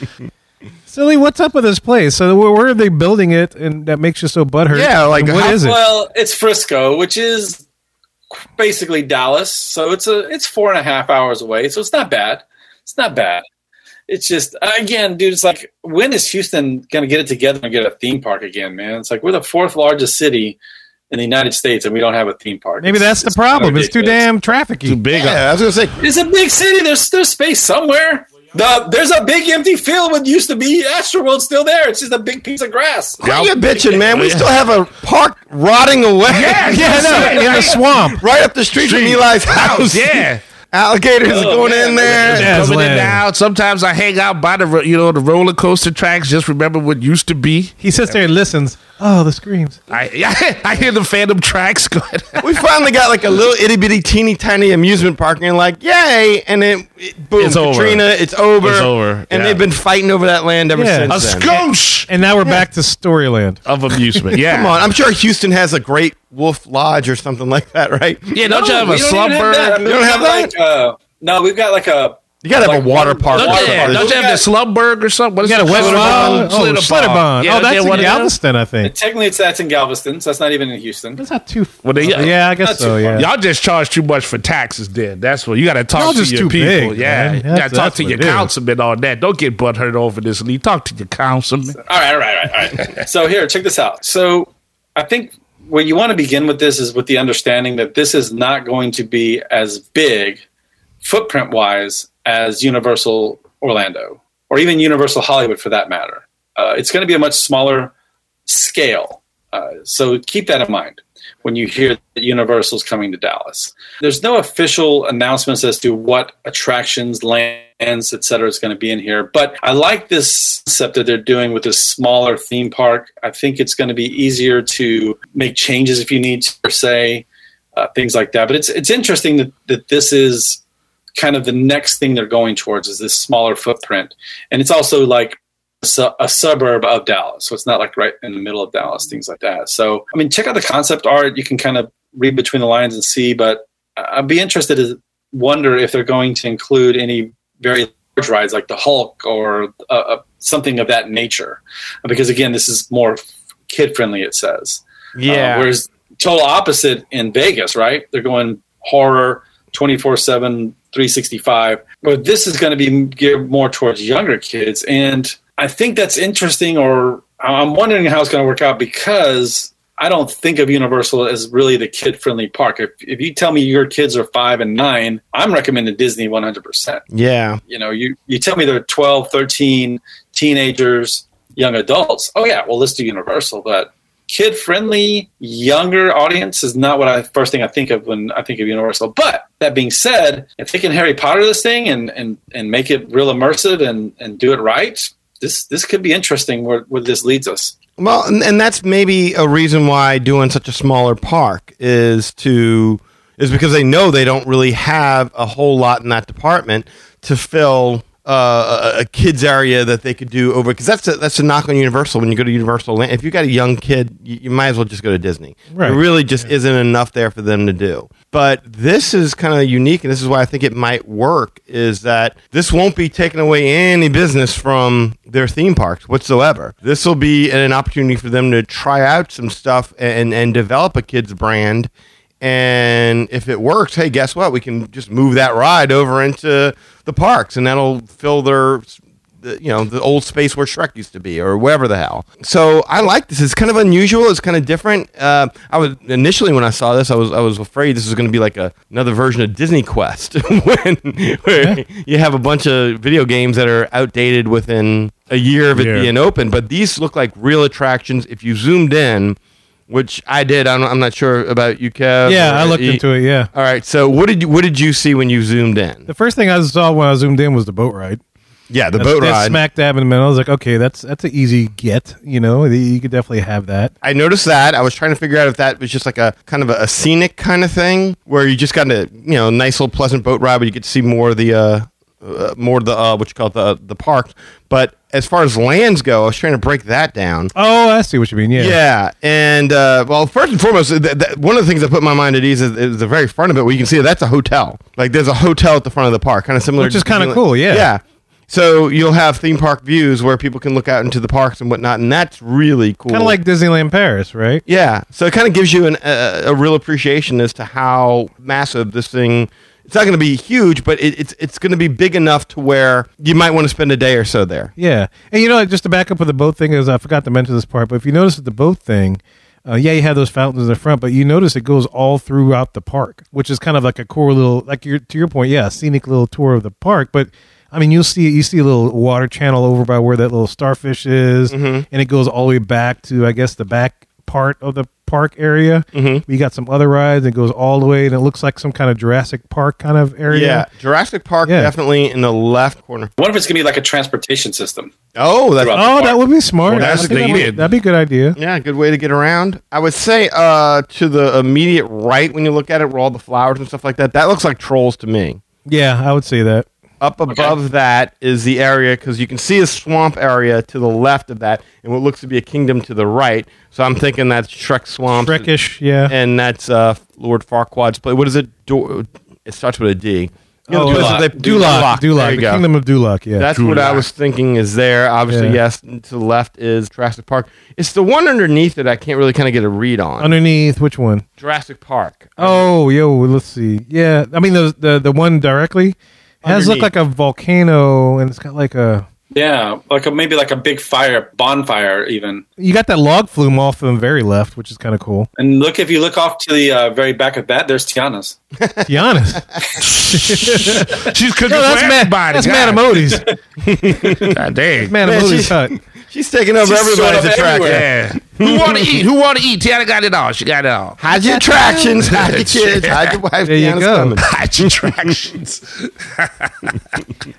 Speaker 2: Silly, what's up with this place? So where, where are they building it, and that makes you so butthurt?
Speaker 3: Yeah, like,
Speaker 2: And what
Speaker 3: how-
Speaker 2: is it?
Speaker 8: Well, it's Frisco, which is basically Dallas, so it's a it's four and a half hours away. So it's not bad. It's not bad. It's just again, dude. It's like when is Houston gonna get it together and get a theme park again, man? It's like we're the fourth largest city in the United States, and we don't have a theme park.
Speaker 2: Maybe that's
Speaker 8: It's-
Speaker 2: the
Speaker 8: it's kinda
Speaker 2: problem. It's too
Speaker 8: ridiculous.
Speaker 2: damn trafficky.
Speaker 7: Too big.
Speaker 3: yeah, I was gonna say
Speaker 8: It's a big city. There's there's space somewhere. The, there's a big empty field. What used to be Astroworld's still there. It's just a big piece of grass.
Speaker 3: Quit your bitching, man. We still have a park rotting away. Yeah,
Speaker 2: Yeah, I know. In the swamp.
Speaker 3: Right up the street, from Eli's house.
Speaker 7: Yeah.
Speaker 3: Alligators
Speaker 8: Oh,
Speaker 3: going
Speaker 8: man.
Speaker 3: in there.
Speaker 2: Yeah, it's
Speaker 7: Coming in
Speaker 2: land.
Speaker 7: and out. Sometimes I hang out by the ro- you know the roller coaster tracks. Just remember what used to be.
Speaker 2: He sits there and listens. Oh, the screams.
Speaker 7: I I hear the Phantom tracks going.
Speaker 3: We finally got like a little itty bitty teeny tiny amusement park, and like, yay! And then it, boom,
Speaker 7: It's over.
Speaker 3: Katrina, it's over.
Speaker 7: It's over,
Speaker 3: And
Speaker 7: yeah.
Speaker 3: they've been fighting over that land ever
Speaker 2: Yeah.
Speaker 7: A
Speaker 3: since. then.
Speaker 7: skosh
Speaker 2: And now we're back to Storyland.
Speaker 7: of amusement. Yeah,
Speaker 3: Come on, I'm sure Houston has a great Wolf Lodge or something like that, right?
Speaker 7: yeah. Don't you
Speaker 8: No,
Speaker 7: have
Speaker 8: we
Speaker 7: a
Speaker 8: don't even have
Speaker 7: slumber?
Speaker 8: that. I mean,
Speaker 3: You don't
Speaker 8: we've
Speaker 3: have
Speaker 8: got,
Speaker 3: that?
Speaker 8: Like, uh, no, we've got like a
Speaker 3: You gotta have
Speaker 8: Like
Speaker 3: a water
Speaker 8: one-
Speaker 3: park.
Speaker 8: don't
Speaker 7: Don't,
Speaker 3: Water
Speaker 7: you, yeah,
Speaker 3: park.
Speaker 7: don't you have the Slumberg or something? What is
Speaker 2: You got a
Speaker 7: it?
Speaker 2: wet
Speaker 7: Schlitterbahn?
Speaker 2: bond. Oh, Schlitterbahn.
Speaker 7: Yeah,
Speaker 2: Oh, that's in
Speaker 7: one of them?
Speaker 2: Galveston, I think.
Speaker 8: Technically, it's that's in Galveston. So that's not even in Houston.
Speaker 2: That's not too.
Speaker 7: Well, they-
Speaker 2: yeah, I guess
Speaker 8: Not too
Speaker 2: so. Yeah.
Speaker 8: far.
Speaker 7: Y'all just charge too much for taxes, then. That's what you got to
Speaker 2: Y'all
Speaker 7: talk to
Speaker 2: just
Speaker 7: your
Speaker 2: too
Speaker 7: people.
Speaker 2: big,
Speaker 7: yeah,
Speaker 2: man.
Speaker 7: you got
Speaker 2: That's-
Speaker 7: to talk
Speaker 2: that's
Speaker 7: to
Speaker 2: what
Speaker 7: your
Speaker 2: it is.
Speaker 7: councilman on that. Don't get butthurt over this, Lee. Talk to your councilman.
Speaker 8: All right, all right, all right, all right. so here, check this out. So I think where you want to begin with this is with the understanding that this is not going to be as big footprint wise as Universal Orlando or even Universal Hollywood for that matter. Uh, it's going to be a much smaller scale. Uh, so keep that in mind when you hear that Universal's coming to Dallas. There's no official announcements as to what attractions, lands, et cetera, is going to be in here. But I like this concept that they're doing with this smaller theme park. I think it's going to be easier to make changes if you need to, per se, uh, things like that. But it's it's interesting that, that this is kind of the next thing they're going towards is this smaller footprint, and it's also like a, su- a suburb of Dallas, so it's not like right in the middle of Dallas, things like that. So I mean, check out the concept art. You can kind of read between the lines and see, but I- I'd be interested to wonder if they're going to include any very large rides like the Hulk or uh, uh, something of that nature, because again, this is more kid friendly. It says. Uh,
Speaker 3: Yeah.
Speaker 8: whereas total opposite in Vegas, right? They're going horror 24 7, 365. But this is going to be geared more towards younger kids. And I think that's interesting, or I'm wondering how it's going to work out because I don't think of Universal as really the kid friendly park. If, if you tell me your kids are five and nine, I'm recommending Disney 100%
Speaker 3: yeah.
Speaker 8: you know you, you tell me they're 12 13 teenagers young adults oh yeah well let's do universal but kid friendly, younger audience is not what I first thing I think of when I think of Universal. But that being said, if they can Harry Potter this thing and and and make it real immersive and and do it right, this this could be interesting where where this leads us.
Speaker 3: Well, and, and that's maybe a reason why doing such a smaller park is to is because they know they don't really have a whole lot in that department to fill uh, a, a kids area that they could do over. Because that's a, that's a knock on Universal when you go to Universal. Land. If you got a young kid, you, you might as well just go to Disney.
Speaker 2: Right.
Speaker 3: There really just isn't enough there for them to do. But this is kind of unique, and this is why I think it might work. Is that this won't be taking away any business from their theme parks whatsoever. This will be an opportunity for them to try out some stuff and and develop a kids brand. And if it works, hey, guess what? We can just move that ride over into the parks, and that'll fill their, the, you know, the old space where Shrek used to be, or wherever the hell. So I like this. It's kind of unusual. It's kind of different. Uh, I was initially when I saw this, I was I was afraid this was going to be like a, another version of Disney Quest, when where you have a bunch of video games that are outdated within a year of it
Speaker 2: Yeah.
Speaker 3: being open. But these look like real attractions. If you zoomed in. Which I did. I'm, I'm not sure about you, Kev.
Speaker 2: Yeah, I
Speaker 3: or
Speaker 2: looked
Speaker 3: E-
Speaker 2: into it. Yeah.
Speaker 3: all right. So what did you what did you see when you zoomed in?
Speaker 2: The first thing I saw when I zoomed in was the boat ride.
Speaker 3: Yeah, the
Speaker 2: That's-
Speaker 3: boat
Speaker 2: that's
Speaker 3: ride.
Speaker 2: Smack dab in the middle. I was like, okay, that's that's an easy get. You know, you could definitely have that.
Speaker 3: I noticed that. I was trying to figure out if that was just like a kind of a, a scenic kind of thing where you just got a you know nice little pleasant boat ride, but you get to see more of the uh, uh more of the uh, what you call it, the the park. But as far as lands go, I was trying to break that down.
Speaker 2: Oh, I see what you mean. Yeah.
Speaker 3: Yeah, and uh, well, first and foremost, th- th- one of the things that put my mind at ease is, is the very front of it, where you can see that's a hotel. Like there's a hotel at the front of the park, kind of similar,
Speaker 2: Which is
Speaker 3: to-
Speaker 2: kinda cool, yeah.
Speaker 3: yeah. So you'll have theme park views where people can look out into the parks and whatnot, and that's really cool.
Speaker 2: Kind of like Disneyland Paris, right?
Speaker 3: yeah. So it kind of gives you an, uh, a real appreciation as to how massive this thing. It's not going to be huge, but it, it's it's going to be big enough to where you might want to spend a day or so there.
Speaker 2: Yeah. And you know, what, just to back up with the boat thing, is I forgot to mention this part, but if you notice with the boat thing, uh, yeah, you have those fountains in the front, but you notice it goes all throughout the park, which is kind of like a core little, like your to your point, yeah, scenic little tour of the park. But I mean, you'll see you see a little water channel over by where that little starfish is, and it goes all the way back to I guess the back part of the park area. Mm-hmm. We got some other rides. It goes all the way, and it looks like some kind of Jurassic Park kind of area.
Speaker 3: Yeah, Jurassic Park
Speaker 2: Yeah.
Speaker 3: definitely in the left corner.
Speaker 8: I wonder if it's gonna be like a transportation system.
Speaker 3: Oh, that's
Speaker 2: Oh, that would be smart.
Speaker 7: Well,
Speaker 2: I
Speaker 7: that's the
Speaker 2: think
Speaker 7: thing
Speaker 2: that
Speaker 7: you
Speaker 2: would-
Speaker 7: did.
Speaker 2: that'd be a good idea.
Speaker 3: Yeah, good way to get around. I would say uh, to the immediate right when you look at it, where all the flowers and stuff like that, that looks like trolls to me.
Speaker 2: Yeah, I would say that.
Speaker 3: Up above that is the area because you can see a swamp area to the left of that, and what looks to be a kingdom to the right. So I'm thinking that's Shrek Swamp,
Speaker 2: Freakish, yeah.
Speaker 3: and that's uh, Lord Farquaad's place. What is it? Do- it starts with a D. You know,
Speaker 2: Oh,
Speaker 3: the place
Speaker 2: Duloc.
Speaker 3: that they-
Speaker 2: Duloc,
Speaker 3: There
Speaker 2: Duloc,
Speaker 3: you
Speaker 2: the
Speaker 3: go.
Speaker 2: kingdom of Duloc, yeah.
Speaker 3: That's what I was thinking is there. Obviously,
Speaker 2: Yeah.
Speaker 3: yes. and To the left is Jurassic Park. It's the one underneath it I can't really kind of get a read on.
Speaker 2: Underneath which one?
Speaker 3: Jurassic Park.
Speaker 2: Oh, yo, let's see. Yeah, I mean the the, the one directly has looked
Speaker 3: Underneath.
Speaker 2: like a volcano, and it's got like a
Speaker 8: Yeah, like a, maybe like a big fire bonfire even.
Speaker 2: you got that log flume off on the very left, which is kind of cool.
Speaker 8: And look if you look off to the uh, very back of that, there's Tiana's.
Speaker 2: To be honest,
Speaker 7: She's cooking
Speaker 2: no,
Speaker 7: for
Speaker 2: that's Matt.
Speaker 7: everybody.
Speaker 2: That's
Speaker 7: God.
Speaker 2: Matamotis.
Speaker 7: God dang.
Speaker 2: Matamotis
Speaker 3: she's-
Speaker 2: hut.
Speaker 3: She's taking over
Speaker 8: She's
Speaker 3: everybody's
Speaker 8: sort of
Speaker 3: attraction.
Speaker 7: Yeah.
Speaker 8: everywhere.
Speaker 7: Who want to eat? Who want to eat? Tiana got it all. She got it all.
Speaker 3: Hide your attractions. Hide your kids. Hide your wife.
Speaker 2: There you
Speaker 3: Deanna's
Speaker 2: go.
Speaker 3: coming.
Speaker 7: Hot attractions.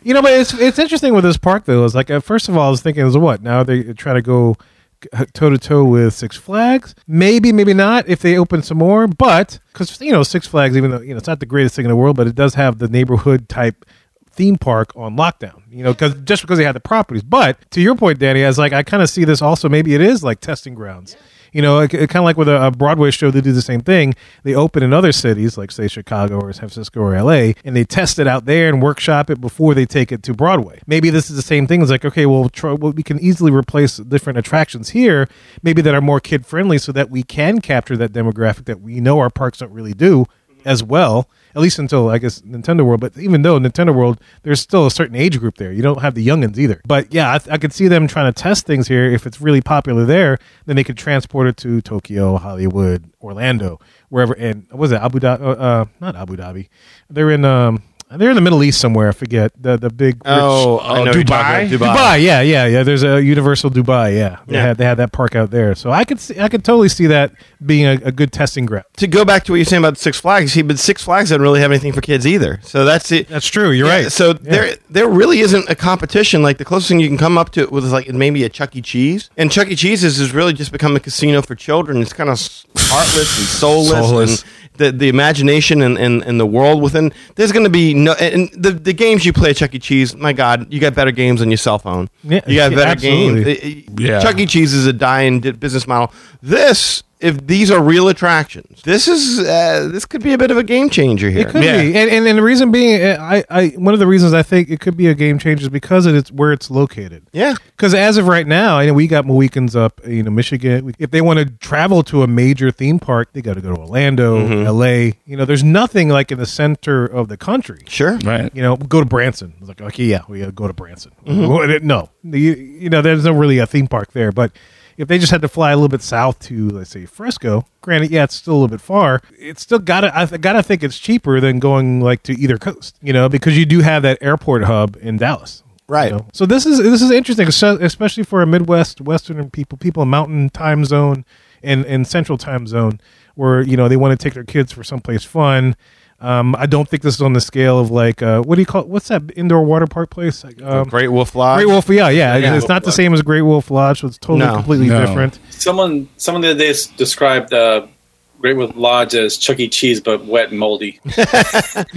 Speaker 2: You know, but it's it's interesting with this park though. Is like at first of all, I was thinking, is what now they try to go toe to toe with Six Flags? Maybe, maybe not if they open some more. But because you know Six Flags, even though you know it's not the greatest thing in the world, but it does have the neighborhood type theme park on lockdown. You know, because just because they had the properties. But to your point, Danny, as like I kind of see this also. Maybe it is like testing grounds. You know, it, kind of like with a, a Broadway show, they do the same thing. They open in other cities, like say Chicago or San Francisco or LA, and they test it out there and workshop it before they take it to Broadway. Maybe this is the same thing. It's like, okay, well, try, well we can easily replace different attractions here, maybe that are more kid friendly, so that we can capture that demographic that we know our parks don't really do as well. At least until I guess Nintendo World, but even though Nintendo World, there's still a certain age group there. You don't have the youngins either. But yeah, I, I could see them trying to test things here. If it's really popular there, then they could transport it to Tokyo, Hollywood, Orlando, wherever. And what was it Abu Dhabi? Uh, uh, not Abu Dhabi. They're in um, They're in the Middle East somewhere. I forget the the big.
Speaker 3: Oh,
Speaker 2: rich-
Speaker 3: I know what you're talking
Speaker 2: Dubai.
Speaker 3: about. Dubai.
Speaker 2: Yeah, yeah, yeah. There's a Universal Dubai. Yeah, they
Speaker 3: Yeah.
Speaker 2: had they had that park out there. So I could see, I could totally see that being a, a good testing ground.
Speaker 3: To go back to what you're saying about Six Flags, he but Six Flags doesn't really have anything for kids either. So that's it.
Speaker 2: That's true. You're
Speaker 3: Yeah,
Speaker 2: right.
Speaker 3: So
Speaker 2: Yeah.
Speaker 3: there, there really isn't a competition. Like the closest thing you can come up to it was like maybe a Chuck E. Cheese, and Chuck E. Cheese has has really just become a casino for children. It's kind of s- heartless and soulless,
Speaker 7: Soulless.
Speaker 3: and the the imagination and, and, and the world within. There's going to be no and and the the games you play at Chuck E. Cheese. My God, you got better games on your cell phone.
Speaker 2: Yeah,
Speaker 3: you got
Speaker 2: yeah,
Speaker 3: better
Speaker 2: absolutely.
Speaker 3: games. It- it-
Speaker 7: Yeah.
Speaker 3: Chuck E. Cheese is a dying di- business model. This. If these are real attractions, this is uh, this could be a bit of a game changer here.
Speaker 2: It could
Speaker 7: Yeah.
Speaker 2: be, and, and and the reason being, uh, I I one of the reasons I think it could be a game changer is because of it's where it's located.
Speaker 3: Yeah.
Speaker 2: Because as of right now, I know we got Mohicans up, you know, Michigan. If they want to travel to a major theme park, they got to go to Orlando, L.A. You know, there's nothing like in the center of the country.
Speaker 3: Sure.
Speaker 7: Right.
Speaker 2: You know, go to Branson. It's like, okay, yeah, we got to go to Branson. Well, it- No, you, you know, there's no really a theme park there, but. If they just had to fly a little bit south to, let's say, Fresco, granted, yeah, it's still a little bit far. It's still gotta, I th- gotta think it's cheaper than going like to either coast, you know, because you do have that airport hub in Dallas,
Speaker 3: Right.
Speaker 2: you know? So this is this is interesting, so- especially for a Midwest Western people, people in Mountain Time Zone and and Central Time Zone, where you know they want to take their kids for someplace fun. Um, I don't think this is on the scale of like uh, what do you call what's that indoor water park place? Like, um,
Speaker 3: Great Wolf Lodge.
Speaker 2: Great Wolf, yeah, yeah.
Speaker 3: Yeah.
Speaker 2: it's not the same as Great Wolf Lodge, so it's totally
Speaker 3: No.
Speaker 2: completely
Speaker 7: No.
Speaker 2: different.
Speaker 8: Someone, someone the other day s- described uh, Great Wolf Lodge as Chuck E. Cheese, but wet and moldy.
Speaker 2: Yeah, I can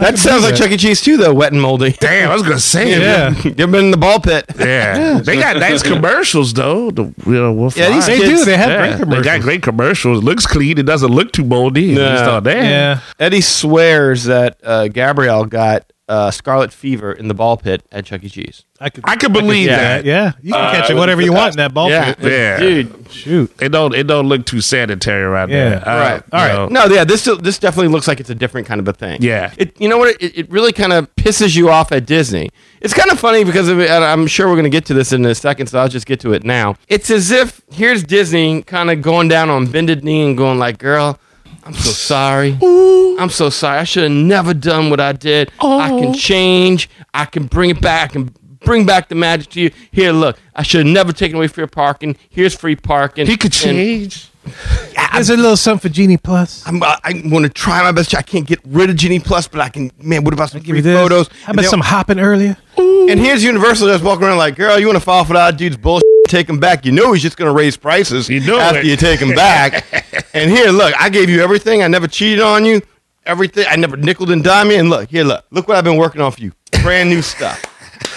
Speaker 3: That sounds
Speaker 2: believe
Speaker 3: like
Speaker 2: it.
Speaker 3: Chuck E. Cheese too, though. Wet and moldy.
Speaker 7: Damn, I was gonna say it.
Speaker 2: Yeah.
Speaker 3: You've been in the ball pit.
Speaker 7: Yeah. they got nice commercials though. The real Wolf.
Speaker 3: Yeah,
Speaker 7: Lodge.
Speaker 3: these
Speaker 2: They
Speaker 3: kids-
Speaker 2: do. They have
Speaker 7: Yeah,
Speaker 2: great commercials.
Speaker 7: They got great commercials. It looks clean. It doesn't look too moldy.
Speaker 3: No.
Speaker 7: It's all there.
Speaker 2: Yeah,
Speaker 3: Eddie swears that uh, Gabrielle got uh, scarlet fever in the ball pit at Chuck E. Cheese.
Speaker 2: I could.
Speaker 7: I can believe
Speaker 2: yeah,
Speaker 7: that.
Speaker 2: yeah. You can catch it
Speaker 8: I
Speaker 2: whatever
Speaker 8: was-
Speaker 2: you want in that ball
Speaker 3: Yeah.
Speaker 2: pit.
Speaker 7: Yeah.
Speaker 3: Dude,
Speaker 2: Shoot.
Speaker 7: It don't it don't look too sanitary right
Speaker 2: Yeah.
Speaker 7: there. Uh, I-
Speaker 3: Right.
Speaker 7: you
Speaker 2: All right.
Speaker 7: know.
Speaker 3: no, yeah, this this definitely looks like it's a different kind of a thing.
Speaker 7: Yeah.
Speaker 3: it, you know what? It, it really kind of pisses you off at Disney. It's kind of funny because of, and I'm sure we're going to get to this in a second, so I'll just get to it now. It's as if here's Disney kind of going down on bended knee and going like, "Girl, I'm so sorry. I'm so sorry. I should have never done what I did. I
Speaker 7: Oh.
Speaker 3: can change. I can bring it back. I can bring back the magic to you. Here, look. I should have never taken away free parking. Here's free parking.
Speaker 7: He could
Speaker 3: And-
Speaker 7: change.
Speaker 2: There's a little something for Genie Plus.
Speaker 3: I'm, I, I want to try my best. I can't get rid of Genie Plus, but I can. Man, what about some
Speaker 2: Give
Speaker 3: free
Speaker 2: me this.
Speaker 3: photos?
Speaker 2: How about
Speaker 3: And
Speaker 2: some hopping earlier?
Speaker 3: they'll- And here's Universal just walking around like, girl, you want to fall for that dude's bullshit? Take him back. You know he's just going to raise prices
Speaker 7: You know
Speaker 3: after
Speaker 7: it.
Speaker 3: you take him back. and here, look, I gave you everything. I never cheated on you. Everything. I never nickled and dimed you. And look, here, look, look what I've been working on for you. Brand new stuff.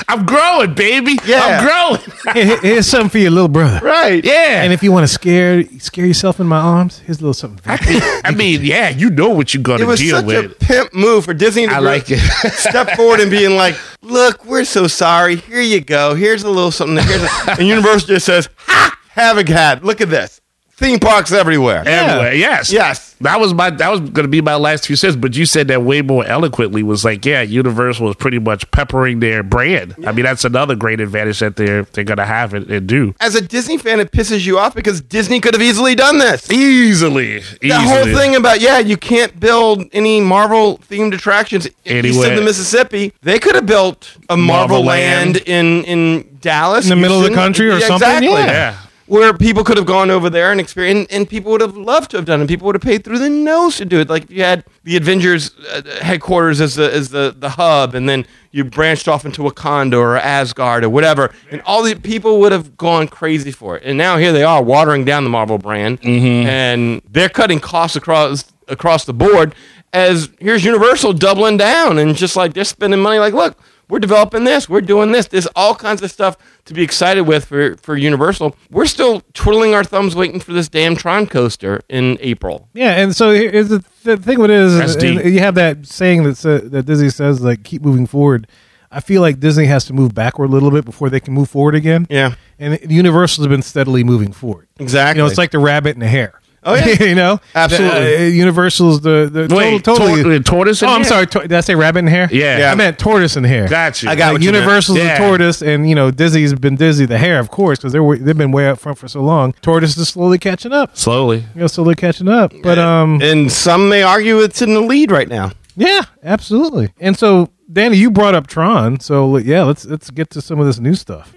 Speaker 7: I'm growing, baby.
Speaker 3: Yeah.
Speaker 7: I'm growing.
Speaker 2: Here- here- here's something for your little brother.
Speaker 3: right.
Speaker 7: Yeah.
Speaker 2: And if you want to scare scare yourself in my arms, here's a little something. For you.
Speaker 7: I mean, yeah, you know what you're
Speaker 3: It
Speaker 7: gonna
Speaker 3: was
Speaker 7: deal
Speaker 3: such
Speaker 7: with.
Speaker 3: a pimp move for Disney to
Speaker 7: I like it.
Speaker 3: step forward and being like, "Look, we're so sorry. Here you go. Here's a little something." Here's a, and Universal just says, "Ha! Have a cat. Look at this. Theme parks everywhere."
Speaker 7: Everywhere, yes,
Speaker 3: Yes.
Speaker 7: That was my that was going to be my last few cents, but you said that way more eloquently. Was like, yeah, Universal is pretty much peppering their brand. I mean, that's another great advantage that they're they're going to have and, and do
Speaker 3: As a Disney fan, it pisses you off because Disney could have easily done this.
Speaker 7: easily.
Speaker 3: The whole thing about yeah, you can't buld any Marvel themed attractions east
Speaker 7: Anywhere.
Speaker 3: of the Mississippi. They could have built a Marvel,
Speaker 7: Marvel
Speaker 3: land,
Speaker 7: Land.
Speaker 3: in in Dallas,
Speaker 2: In the middle of the
Speaker 3: Houston.
Speaker 2: country or something?
Speaker 3: Exactly.
Speaker 2: Yeah.
Speaker 7: Yeah.
Speaker 3: Where people could have gone over there and experienced, and, and people would have loved to have done it. People would have paid through the nose to do it. Like if you had the Avengers uh, headquarters as the as the, the hub, and then you branched off into Wakanda or Asgard or whatever, and all the people would have gone crazy for it. And now here they are watering down the Marvel brand,
Speaker 2: Mm-hmm.
Speaker 3: and they're cutting costs across across the board. As here's Universal doubling down and just like they're spending money. Like, look, we're developing this, we're doing this. There's all kinds of stuff to be excited with for for Universal. We're still twiddling our thumbs waiting for this damn Tron coaster in April.
Speaker 2: yeah, and so here- here's the, the thing. What it is,
Speaker 7: That's
Speaker 2: and-
Speaker 7: deep.
Speaker 2: and you have that saying that sa- that Disney says like keep moving forward. I feel like Disney has to move backward a little bit before they can move forward again.
Speaker 3: Yeah.
Speaker 2: and Universal's been steadily moving forward.
Speaker 3: Exactly.
Speaker 2: You know, it's like the rabbit and the hare.
Speaker 3: Oh, yeah.
Speaker 2: you know,
Speaker 3: Absolutely.
Speaker 2: The, uh, Universal's the the
Speaker 7: Wait,
Speaker 2: total, totally.
Speaker 7: tor- uh, tortoise in
Speaker 2: oh, I'm
Speaker 7: there?
Speaker 2: sorry. To- did I say rabbit and hare?
Speaker 7: Yeah. Yeah.
Speaker 2: I meant tortoise and hare.
Speaker 7: Got you.
Speaker 3: I got
Speaker 2: like
Speaker 3: what you meant.
Speaker 2: Universal's
Speaker 7: Yeah.
Speaker 2: the tortoise, and you know Disney's been Disney the hare, of course, because they're they've been way out front for so long. Tortoise is slowly catching up.
Speaker 7: slowly.
Speaker 2: You know, slowly catching up. But um,
Speaker 3: And some may argue it's in the lead right now.
Speaker 2: Yeah, absolutely. And so, Danny, you brought up Tron, so yeah, let's let's get to some of this new stuff.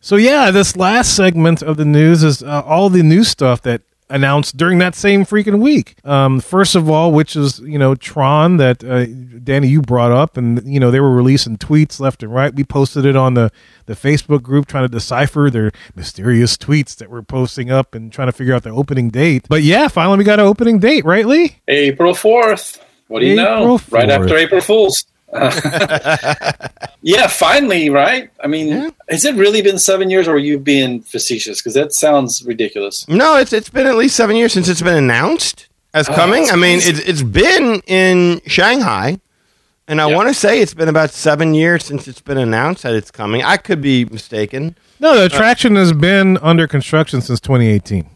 Speaker 2: So yeah, this last segment of the news is uh, all the new stuff that announced during that same freaking week. Um, first of all, which is you know Tron that uh, Danny you brought up, and you know they were releasing tweets left and right. We posted it on the the Facebook group trying to decipher their mysterious tweets that were posting up and trying to figure out the opening date. But yeah, finally we got an opening date, right, Lee?
Speaker 8: April 4th. What do you know?
Speaker 2: April
Speaker 8: Right after
Speaker 2: 4th.
Speaker 8: April Fools. yeah, finally, right? I mean, has it really been seven years or are you being facetious? Because that sounds ridiculous.
Speaker 3: No, it's it's been at least seven years since it's been announced as coming. I mean, it's it's been in Shanghai, and I want to say it's been about seven years since it's been announced that it's coming. I could be mistaken.
Speaker 2: No, the attraction has been under construction since 2018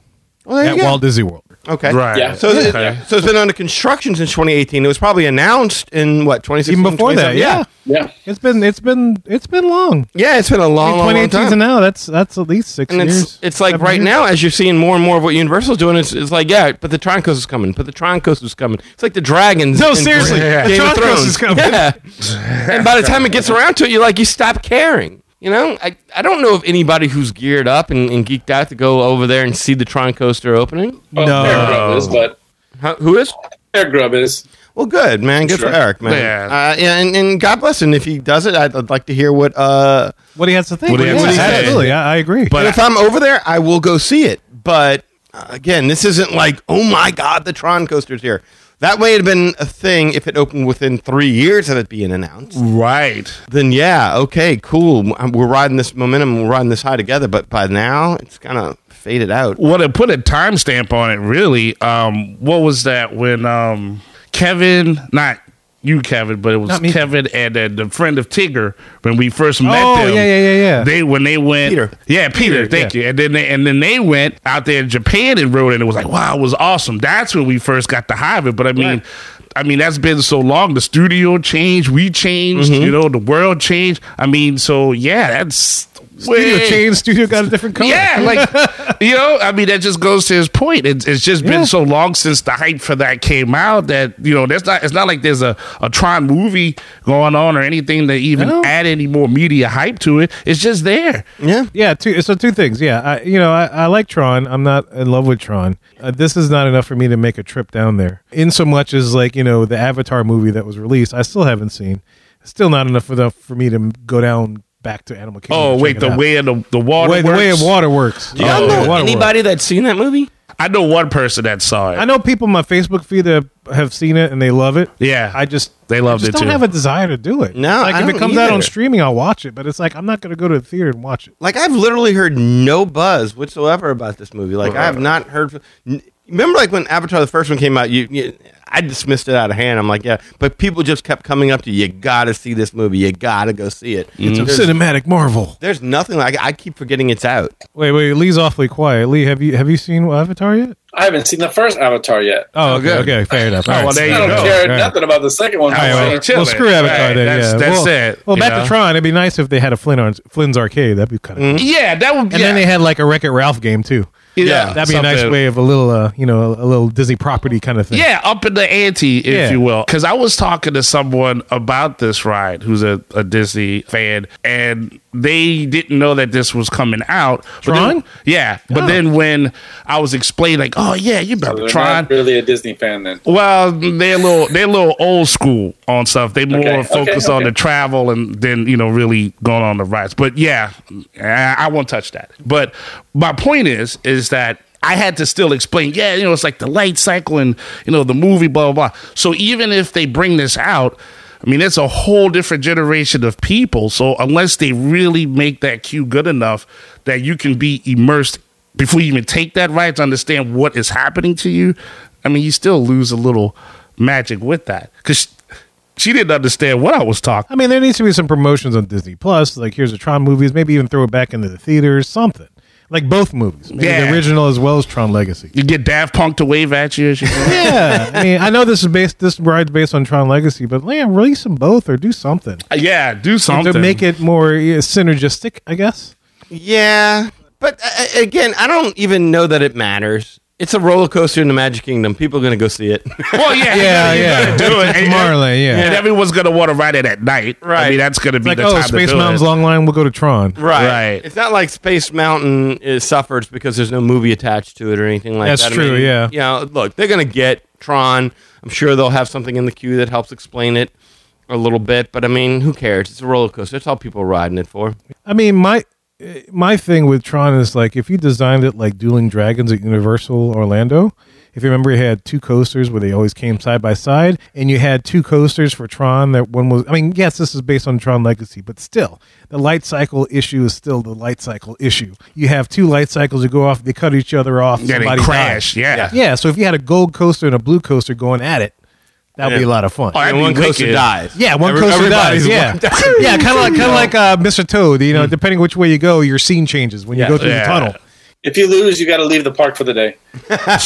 Speaker 3: Well, there
Speaker 2: at
Speaker 3: you go.
Speaker 2: Walt Disney World.
Speaker 3: okay,
Speaker 7: Right.
Speaker 8: Yeah.
Speaker 3: So, it- so it's been under construction since 2018. It was probably announced in what 2016,
Speaker 2: Even before that,
Speaker 3: 2017?
Speaker 2: yeah.
Speaker 8: Yeah.
Speaker 2: It's been it's been it's been long.
Speaker 3: yeah, yeah. It's been a long, long, long
Speaker 2: 2018
Speaker 3: time.
Speaker 2: to now, that's that's at least six
Speaker 3: and it's
Speaker 2: years.
Speaker 3: it's like
Speaker 2: seven
Speaker 3: right
Speaker 2: years.
Speaker 3: now as you're seeing more and more of what Universal's doing, it's, it's like yeah, but the Tron Coast is coming, but the Tron Coast is coming. It's like the dragons.
Speaker 2: No,
Speaker 3: in
Speaker 2: seriously,
Speaker 3: Game
Speaker 2: the
Speaker 3: of
Speaker 2: Tron Coast
Speaker 3: Thrones.
Speaker 2: is coming.
Speaker 3: Yeah. and by the time it gets around to it, you're like you stop caring. You know, I, I don't know of anybody who's geared up and, and geeked out to go over there and see the Tron Coaster opening.
Speaker 8: Well,
Speaker 2: No.
Speaker 8: Bear Grub is, but
Speaker 3: Huh, who is?
Speaker 8: Bear Grub is.
Speaker 3: Well, good man, good
Speaker 8: Sure.
Speaker 3: for Eric, man.
Speaker 7: Yeah.
Speaker 3: Uh, yeah, and, and God bless him if he does it. I'd, I'd like to hear what uh,
Speaker 2: What he has to think.
Speaker 7: What he has
Speaker 2: Yeah,
Speaker 7: to say.
Speaker 2: absolutely, I, I agree.
Speaker 7: But
Speaker 3: And if I'm over there, I will go see it. But uh, again, this isn't like, oh my God, the Tron coaster's here. That way it'd been a thing if it opened within three years of it being announced.
Speaker 7: Right.
Speaker 3: Then yeah, okay, cool. Um, We're riding this momentum. We're riding this high together. But by now, it's kind of faded out.
Speaker 7: Well, to put a timestamp on it, really, um, what was that when um, Kevin, not you, Kevin, but it was
Speaker 2: Not me.
Speaker 7: Kevin and uh, the friend of Tigger when we first met
Speaker 2: Oh,
Speaker 7: them.
Speaker 2: yeah, yeah, yeah, yeah.
Speaker 7: They when they went,
Speaker 3: Peter.
Speaker 7: yeah, Peter, thank you. And then they, and then they went out there in Japan and rode, it, and it was like, wow, it was awesome. That's when we first got the hive it. But I mean. I mean that's been so long. The studio changed, we changed,
Speaker 2: Mm-hmm.
Speaker 7: you know, the world changed. I mean, so yeah, that's
Speaker 2: studio
Speaker 7: way-
Speaker 2: chain studio got a different color.
Speaker 7: yeah, like you know, I mean, that just goes to his point. It's, it's just
Speaker 2: Yeah.
Speaker 7: been so long since the hype for that came out that you know, that's not. It's not like there's a a Tron movie going on or anything to even
Speaker 2: No.
Speaker 7: add any more media hype to it. It's just there.
Speaker 3: Yeah.
Speaker 2: yeah. Two, so two things. Yeah, I, you know, I, I like Tron. I'm not in love with Tron. Uh, this is not enough for me to make a trip down there. In so much as like you know the Avatar movie that was released, I still haven't seen. Still not enough enough for me to go down back to Animal Kingdom.
Speaker 7: Oh
Speaker 2: and
Speaker 7: wait,
Speaker 2: check it
Speaker 7: the
Speaker 2: out.
Speaker 7: way of the, the water.
Speaker 2: Way- the way
Speaker 7: works.
Speaker 2: of water works.
Speaker 3: Do y'all
Speaker 2: Oh,
Speaker 3: know
Speaker 2: water works.
Speaker 3: anybody that's seen that movie?
Speaker 7: I know one person that saw it.
Speaker 2: I know people on my Facebook feed that have seen it and they love it.
Speaker 7: Yeah.
Speaker 2: I just
Speaker 7: They
Speaker 2: I
Speaker 7: loved
Speaker 2: just
Speaker 7: it,
Speaker 2: Don't
Speaker 7: too.
Speaker 2: have a desire to do it.
Speaker 3: No,
Speaker 2: like
Speaker 3: I
Speaker 2: if it
Speaker 3: don't
Speaker 2: comes out on
Speaker 3: either.
Speaker 2: streaming, I'll watch it. But it's like I'm not going to go to the theater and watch it.
Speaker 3: Like I've literally heard no buzz whatsoever about this movie. Like I have not heard. n- Remember, like when Avatar the first one came out, you, you I dismissed it out of hand. I'm like, yeah, but people just kept coming up to you. You gotta see this movie. You gotta go see it.
Speaker 7: Mm.
Speaker 2: It's a
Speaker 3: There's-
Speaker 2: cinematic marvel.
Speaker 3: There's nothing like I keep forgetting it's out.
Speaker 2: Wait, wait. Lee's awfully quiet. Lee, have you have you seen Avatar yet?
Speaker 8: I haven't seen the first Avatar yet.
Speaker 2: Oh, okay, okay, fair enough. All
Speaker 7: well,
Speaker 2: right.
Speaker 7: there you
Speaker 8: I don't
Speaker 7: go.
Speaker 8: care
Speaker 2: All right.
Speaker 8: nothing about the second one.
Speaker 7: I
Speaker 2: All
Speaker 7: Well,
Speaker 2: right,
Speaker 7: well,
Speaker 2: well,
Speaker 7: chill it.
Speaker 2: screw Avatar
Speaker 7: Right,
Speaker 2: then.
Speaker 7: that's-
Speaker 2: yeah.
Speaker 7: that's
Speaker 2: well,
Speaker 7: it,
Speaker 2: Well,
Speaker 7: you
Speaker 2: back
Speaker 7: know? Mm-hmm.
Speaker 2: to Tron. It'd be nice if they had a Flynn Ar- Flynn's arcade. That'd be kind of.
Speaker 7: Yeah, that would. be
Speaker 2: And then they had like a Wreck It Ralph game too.
Speaker 7: yeah,
Speaker 2: That'd be a nice
Speaker 7: something.
Speaker 2: way of a little, uh, you know, a little Disney property kind of thing.
Speaker 7: Yeah, up in the ante, if
Speaker 2: Yeah.
Speaker 7: you will. Because I was talking to someone about this ride who's a, a Disney fan, and they didn't know that this was coming out. But then-
Speaker 2: Tron?
Speaker 7: yeah. But
Speaker 2: Oh.
Speaker 7: then when I was explaining, like, oh, yeah, you
Speaker 8: So
Speaker 7: remember
Speaker 8: they're
Speaker 7: Tron.
Speaker 8: not really a Disney fan then.
Speaker 7: Well, they're a little they're a little old school on stuff. They more
Speaker 8: Okay,
Speaker 7: focus
Speaker 8: okay,
Speaker 7: on
Speaker 8: okay.
Speaker 7: the travel and then you know really going on the rides. But yeah, I, I won't touch that. But my point is is that I had to still explain. Yeah, you know it's like the light cycle and you know the movie blah blah. blah. So even if they bring this out. I mean, it's a whole different generation of people. So unless they really make that cue good enough that you can be immersed before you even take that ride to understand what is happening to you, I mean, you still lose a little magic with that because she, didn't understand what I was talking.
Speaker 2: I mean, there needs to be some promotions on Disney Plus. Like, here's the Tron movies. Maybe even throw it back into the theaters. Something like both movies, maybe
Speaker 7: Yeah.
Speaker 2: the original as well as Tron Legacy.
Speaker 7: You get Daft Punk to wave at you. As you go.
Speaker 2: Yeah, I mean, I know this is based. This ride's based on Tron Legacy, but man, release them both or do something,
Speaker 7: yeah, do something
Speaker 2: to make it more yeah, synergistic. I guess.
Speaker 3: uh, Yeah, but uh, again, I don't even know that it matters. It's a roller coaster in the Magic Kingdom. People are going to go see it.
Speaker 7: Well, yeah,
Speaker 2: Yeah,
Speaker 7: you
Speaker 2: yeah.
Speaker 7: gotta do it. And-
Speaker 2: Tomorrowland, yeah.
Speaker 7: and everyone's gonna want to ride it at night. I
Speaker 3: Right.
Speaker 7: mean, that's gonna be
Speaker 2: Like,
Speaker 7: the
Speaker 2: oh,
Speaker 7: time
Speaker 2: Space
Speaker 7: to do
Speaker 2: Mountain's
Speaker 7: it.
Speaker 2: long line. We'll go to Tron.
Speaker 7: Right.
Speaker 3: It's not like Space Mountain is suffers because there's no movie attached to it or anything like
Speaker 2: That's
Speaker 3: that. I
Speaker 2: true,
Speaker 3: mean,
Speaker 2: yeah.
Speaker 3: You know, look, they're going to get Tron. I'm sure they'll have something in the queue that helps explain it a little bit. But I mean, who cares? It's a roller coaster. That's all people are riding it for.
Speaker 2: I mean, my eh, my thing with Tron is like if you designed it like Dueling Dragons at Universal Orlando. If you remember, you had two coasters where they always came side by side, and you had two coasters for Tron. That one was, I mean, yes, this is based on Tron Legacy, but still, the light cycle issue is still the light cycle issue. You have two light cycles that go off, they cut each other off,
Speaker 7: Yeah, they
Speaker 2: somebody
Speaker 7: crash.
Speaker 2: dies.
Speaker 7: Yeah.
Speaker 2: Yeah, so if you had a gold coaster and a blue coaster going at it, that would be a lot of fun.
Speaker 7: Oh, that'd
Speaker 3: And
Speaker 7: be
Speaker 3: one coaster
Speaker 7: wicked.
Speaker 3: dies.
Speaker 2: Yeah, one
Speaker 3: Every-
Speaker 2: coaster dies.
Speaker 3: everybody's
Speaker 2: Yeah, yeah, kind of like kind of like uh, Mr. Toad. You know, depending which way you go, your scene changes when you go through
Speaker 7: Yeah.
Speaker 2: the tunnel.
Speaker 8: If you lose, you got to leave the park for the day.
Speaker 2: Yeah,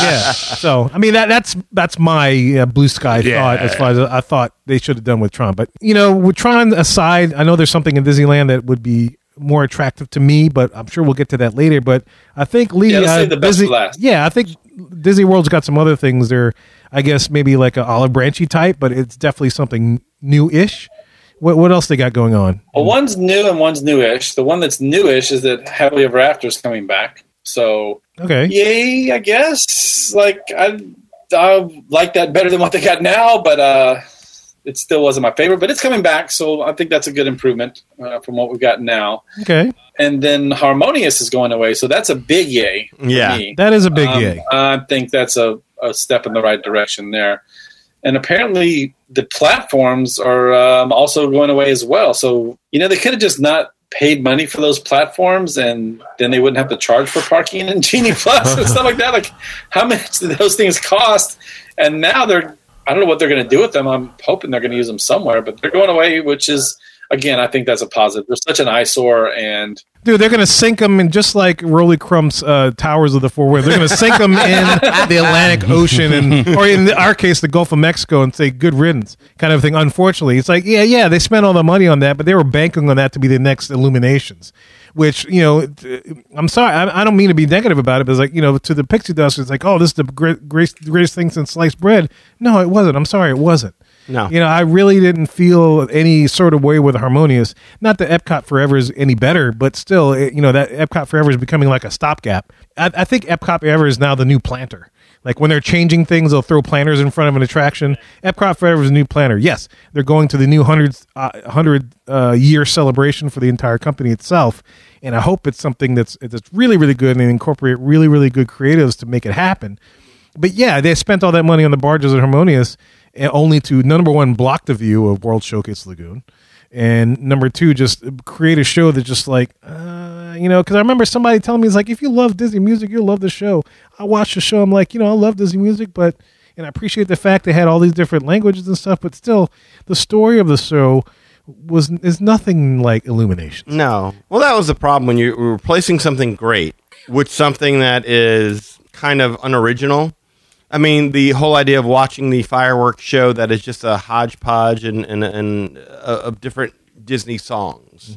Speaker 2: yeah. So I mean, that that's that's my uh, blue sky
Speaker 7: Yeah.
Speaker 2: thought as far as I thought they should have done with Tron. But you know, with Tron aside, I know there's something in Disneyland that would be more attractive to me, but I'm sure we'll get to that later. But I think Lee,
Speaker 8: Yeah, let's
Speaker 2: uh,
Speaker 8: save the best
Speaker 2: Disney-
Speaker 8: for last.
Speaker 2: yeah, I think Disney World's got some other things there. I guess maybe like an olive branchy type, but it's definitely something new-ish. What what else they got going on?
Speaker 8: Well, one's new and one's newish. The one that's newish is that Happily Ever After is coming back. So
Speaker 2: Okay.
Speaker 8: yay, I guess. Like I, I like that better than what they got now, but uh, it still wasn't my favorite. But it's coming back, so I think that's a good improvement uh, from what we've got now.
Speaker 2: Okay.
Speaker 8: And then Harmonious is going away, so that's a big yay. For
Speaker 3: Yeah.
Speaker 8: me.
Speaker 2: That is a big
Speaker 8: Um,
Speaker 2: yay.
Speaker 8: I think that's a, a step in the right direction there. And apparently, the platforms are um, also going away as well. So, you know, they could have just not paid money for those platforms and then they wouldn't have to charge for parking and Genie Plus and stuff like that. Like, how much do those things cost? And now they're, I don't know what they're going to do with them. I'm hoping they're going to use them somewhere, but they're going away, which is, again, I think that's a positive. They're such an eyesore and
Speaker 2: Dude, they're gonna sink them in just like Rolly Crump's uh, Towers of the Four Winds. They're gonna sink them in the Atlantic Ocean, and or in our case, the Gulf of Mexico, and say "good riddance" kind of thing. Unfortunately, it's like yeah, yeah, they spent all the money on that, but they were banking on that to be the next Illuminations. Which you know, t- I'm sorry, I, I don't mean to be negative about it, but it's like you know, to the pixie dust, it's like oh, this is the gre- greatest, greatest thing since sliced bread. No, it wasn't. I'm sorry, it wasn't.
Speaker 3: No.
Speaker 2: You know, I really didn't feel any sort of way with Harmonious. Not that Epcot Forever is any better, but still, it, you know, that Epcot Forever is becoming like a stopgap. I, I think Epcot Forever is now the new planter. Like when they're changing things, they'll throw planters in front of an attraction. Epcot Forever is a new planter. Yes, they're going to the new 100, uh, 100 uh, year celebration for the entire company itself. And I hope it's something that's, that's really, really good and they incorporate really, really good creatives to make it happen but yeah, they spent all that money on the barges at Harmonious, and only to number one block the view of World Showcase Lagoon, and number two just eh, create a show that just like uh, you know because I remember somebody telling me it's like if you love Disney music you'll love the show. I watched the show, I'm like you know I love Disney music, but and I appreciate the fact they had all these different languages and stuff, but still the story of the show was is nothing like Illuminations.
Speaker 3: No. Well, that was the problem when you're replacing something great with something that is kind of unoriginal. I mean, the whole idea of watching the fireworks show that is just a hodgepodge and, and, and uh, of different Disney songs.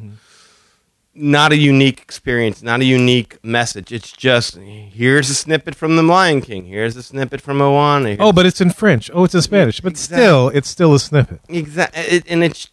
Speaker 3: Not a unique experience, not a unique message. It's just here's a snippet from The Lion King, here's a snippet from Moana.
Speaker 2: Oh, but it's in French. Oh, it's in Spanish. But
Speaker 3: Exactly.
Speaker 2: still, it's still a snippet.
Speaker 3: Exactly, it, and it's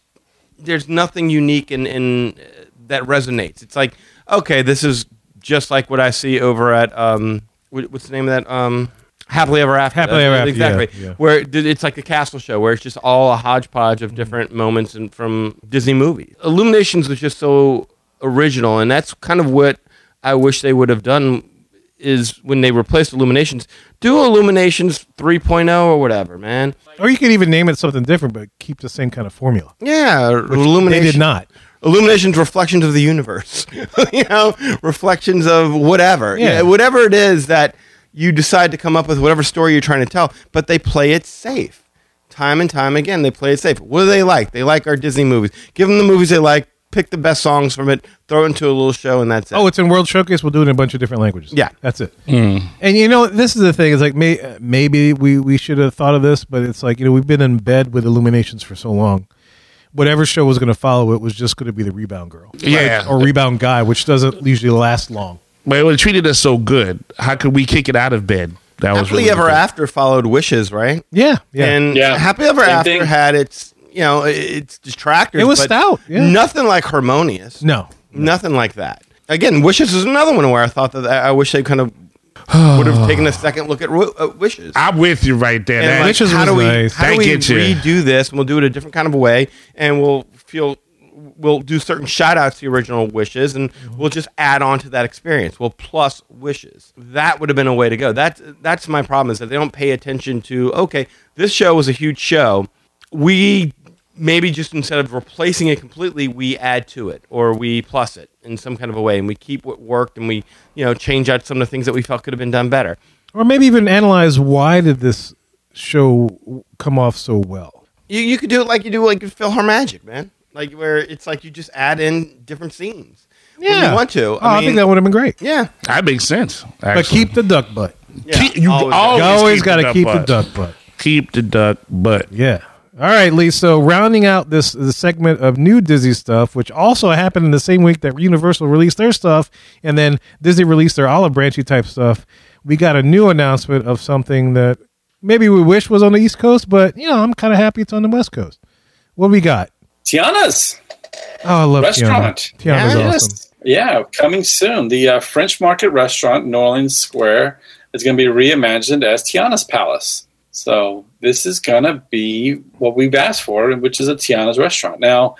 Speaker 3: there's nothing unique in in uh, that resonates. It's like okay, this is just like what I see over at um, what, what's the name of that um, Happily Ever After.
Speaker 2: Happily Ever After,
Speaker 3: exactly.
Speaker 2: yeah, yeah.
Speaker 3: Where it- it's like the Castle Show, where it's just all a hodgepodge
Speaker 2: Mm-hmm.
Speaker 3: of different moments and from Disney movies. Illuminations was just so original, and that's kind of what I wish they would have done. Is when they replaced Illuminations, do Illuminations 3.0 or whatever, man.
Speaker 2: Or you could even name it something different, but keep the same kind of formula.
Speaker 3: Yeah,
Speaker 2: They
Speaker 3: Illumination.
Speaker 2: did not.
Speaker 3: Illumination's reflections of the universe, you know, reflections of whatever,
Speaker 2: Yeah.
Speaker 3: yeah. whatever it is that you decide to come up with, whatever story you're trying to tell. But they play it safe, time and time again. They play it safe. What do they like? They like our Disney movies. Give them the movies they like. Pick the best songs from it. Throw it into a little show, and that's it.
Speaker 2: Oh, it's in World Showcase. We'll do it in a bunch of different languages.
Speaker 3: Yeah.
Speaker 2: that's it. And you know, this is the thing. It's like may, uh, maybe we we should have thought of this, but it's like you know we've been in bed with Illuminations for so long. Whatever show was going to follow it was just going to be the rebound girl,
Speaker 7: Yeah.
Speaker 2: or rebound guy, which doesn't usually last long.
Speaker 7: But it treated us so good. How could we kick it out of bed? That was
Speaker 3: Happily
Speaker 7: really
Speaker 3: Ever
Speaker 7: good.
Speaker 3: After followed Wishes, right?
Speaker 2: Yeah, yeah.
Speaker 3: And
Speaker 8: Yeah.
Speaker 3: Happy Ever
Speaker 8: Same
Speaker 3: After
Speaker 8: thing.
Speaker 3: had its you know i- its detractors.
Speaker 2: It was
Speaker 3: but
Speaker 2: stout, yeah.
Speaker 3: Nothing like harmonious.
Speaker 2: no,
Speaker 3: Nothing like that. Again, Wishes is another one where I thought that I I wish they kind of would have taken a second look at Ru- uh, Wishes.
Speaker 7: I'm with you right there.
Speaker 3: And
Speaker 7: That-
Speaker 3: like,
Speaker 2: Wishes
Speaker 3: how
Speaker 2: was
Speaker 3: do we
Speaker 2: nice.
Speaker 3: how
Speaker 7: That
Speaker 3: do we
Speaker 7: gets you.
Speaker 3: redo this? And we'll do it a different kind of a way, and we'll feel we'll do certain shout outs to the original wishes, and we'll just add on to that experience. We'll plus wishes. That would have been a way to go. That's that's my problem is that they don't pay attention to okay, this show was a huge show. We maybe just instead of replacing it completely, we add to it or we plus it in some kind of a way, and we keep what worked, and we you know change out some of the things that we felt could have been done better.
Speaker 2: or maybe even analyze why did this show come off so well?
Speaker 3: You you could do it like you do like Philhar Magic, man. Like where it's like you just add in different scenes. when you want to.
Speaker 2: oh, I think that would have been great.
Speaker 3: Yeah,
Speaker 7: that makes sense.
Speaker 2: But
Speaker 7: actually.
Speaker 2: keep the duck butt.
Speaker 3: yeah.
Speaker 7: Keep- you
Speaker 2: You
Speaker 3: always.
Speaker 7: always,
Speaker 2: always got to
Speaker 7: duck
Speaker 2: keep the
Speaker 7: butt.
Speaker 2: duck butt.
Speaker 7: Keep the duck butt.
Speaker 2: Yeah. All right, Lee. So rounding out this the segment of new Disney stuff, which also happened in the same week that Universal released their stuff, and then Disney released their olive branchy type stuff. We got a new announcement of something that maybe we wish was on the East Coast, but you know I'm kind of happy it's on the West Coast. What we got?
Speaker 8: Tiana's
Speaker 2: Oh, I love
Speaker 8: Restaurant.
Speaker 2: Tiana. Tiana's
Speaker 3: Yes.
Speaker 2: awesome.
Speaker 8: Yeah, coming soon. The uh, French Market Restaurant in New Orleans Square is going to be reimagined as Tiana's Palace. So this is going to be what we've asked for, which is a Tiana's restaurant. Now,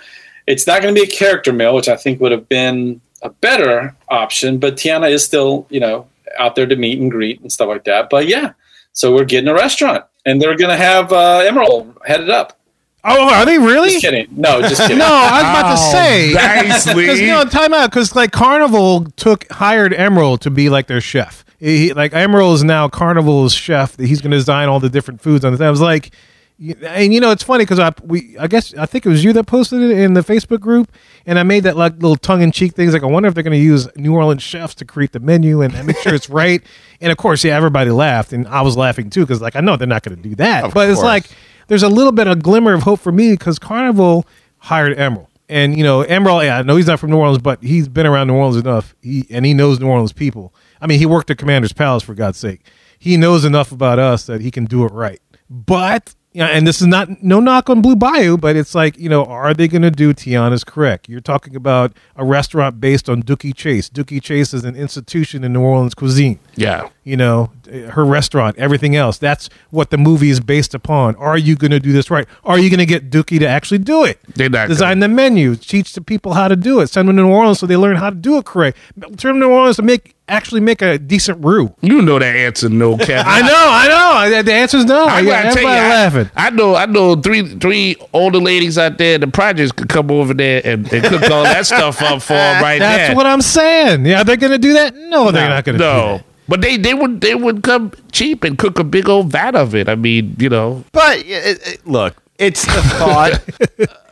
Speaker 8: it's not going to be a character meal, which I think would have been a better option, but Tiana is still, you know, out there to meet and greet and stuff like that. But yeah, so we're getting a restaurant, and they're going to have uh, Emerald headed up.
Speaker 2: Oh, are they really?
Speaker 8: Just kidding. No, just kidding.
Speaker 2: No, I was about
Speaker 7: Oh,
Speaker 2: to say.
Speaker 7: nicely.
Speaker 2: Because no, time out. Because like Carnival took hired Emerald to be like their chef. He, he- like Emerald is now Carnival's chef. That he's going to design all the different foods on the thing. I was like, y- and you know it's funny because I we I guess I think it was you that posted it in the Facebook group, and I made that like little tongue in cheek things. Like I wonder if they're going to use New Orleans chefs to create the menu and make sure it's right. And of course, yeah, everybody laughed, and I was laughing too because like I know they're not going to do that, but it's
Speaker 3: course.
Speaker 2: like there's a little bit of glimmer of hope for me because Carnival hired Emerald. And you know, Emerald, yeah, I know he's not from New Orleans, but he's been around New Orleans enough. He and he knows New Orleans people. I mean, he worked at Commander's Palace for God's sake. He knows enough about us that he can do it right. But you know, and this is not no knock on Blue Bayou, but it's like, you know, are they gonna do Tiana's correct? You're talking about a restaurant based on Dookie Chase. Dookie Chase is an institution in New Orleans cuisine
Speaker 7: Yeah.
Speaker 2: you know, her restaurant, everything else. That's what the movie is based upon. Are you going to do this right? Are you going to get Dookie to actually do it?
Speaker 7: They're not
Speaker 2: Design the menu, teach the people how to do it, send them to New Orleans so they learn how to do it correct. Turn them to New Orleans to make actually make a decent roux.
Speaker 7: You know that answer, no, Kevin.
Speaker 2: I know, I know. The- The answer is no.
Speaker 7: Oh, I
Speaker 2: Yeah,
Speaker 7: gotta tell you,
Speaker 2: everybody
Speaker 7: I,
Speaker 2: laughing.
Speaker 7: I know, I know. Three, three older ladies out there. in The projects could come over there and, and cook all that stuff up for 'em right
Speaker 2: That's
Speaker 7: there.
Speaker 2: what I'm saying. Yeah, they're going to do that. No, they're not going to. do
Speaker 7: No,
Speaker 2: that.
Speaker 7: but they they would they would come cheap and cook a big old vat of it. I mean, you know,
Speaker 3: But yeah, it, it- look, it's the thought